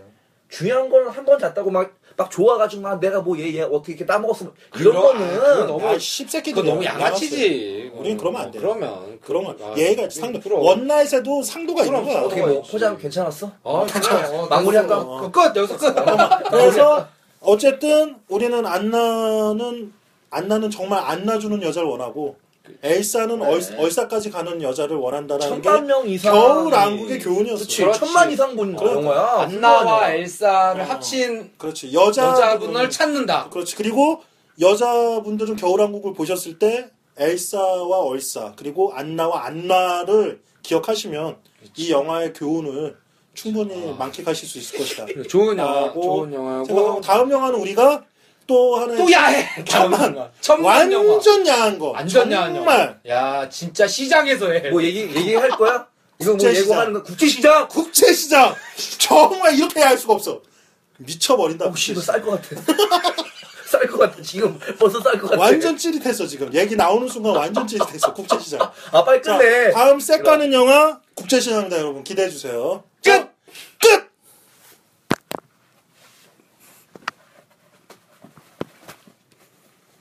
S2: 중요한 거는 한 번 잤다고 막, 막 좋아가지고 막 내가 뭐 얘 얘 어떻게 이렇게 따먹었어. 막 이런
S3: 그럼, 아,
S2: 거는 어,
S3: 그건 너무
S1: 야, 씹새끼들
S3: 그건 너무 양아치지. 어,
S1: 우린 그러면 안 돼.
S3: 그러면
S1: 그러면
S3: 아,
S1: 얘가 상도 원나잇에도 상도가
S3: 그럼,
S1: 있는
S3: 그럼.
S1: 거야
S2: 어떻게 뭐 포장 괜찮았어?
S3: 아, 그
S2: 어, 마무리할까?
S3: 끝, 끝 여기서 끝.
S1: 그래서 어쨌든 우리는 안나는 안나는 정말 안나주는 여자를 원하고
S3: 그
S1: 엘사는
S3: 네.
S1: 얼- 얼싸까지 가는 여자를 원한다라는 게
S2: 천만 명 이상.
S1: 겨울 왕국의 교훈이었어
S2: 그치, 천만 이상 본 영화야. 어,
S3: 안나와 엘사를 합친
S1: 그렇지 여자
S3: 여자분을 찾는다.
S1: 아, 그렇지 그리고 여자분들은 겨울왕국을 보셨을 때 엘사와 얼싸 그리고 안나와 안나를 기억하시면 이 영화의 교훈을 충분히 만끽하실 수 있을 것이다
S3: 아. 좋은 영화,
S1: 라고
S3: 좋은
S1: 생각하고
S3: 영화고.
S1: 다음 영화는 우리가 또 하나의
S3: 또 야해. 잠만. 천만 영화.
S1: 완전 야한 거
S3: 완전 야한 영화.
S1: 정말
S3: 야, 진짜 시장에서 해.
S2: 뭐 얘기, 얘기할 거야? 이거 뭐
S1: 국제시장.
S2: 예고하는 거 국제시장!
S1: 국제시장 정말 이렇게 야할 수가 없어
S3: 어,
S1: 미쳐버린다
S2: 혹시 이거 쌀 것 같아. 쌀 것 같아. 지금 벌써 쌀 것 같아.
S1: 완전 찌릿했어 지금 얘기 나오는 순간 완전 찌릿했어 국제시장
S2: 아, 빨리
S1: 자,
S2: 끝내.
S1: 다음 셋 가는 영화 국제시장입니다, 여러분. 기대해 주세요.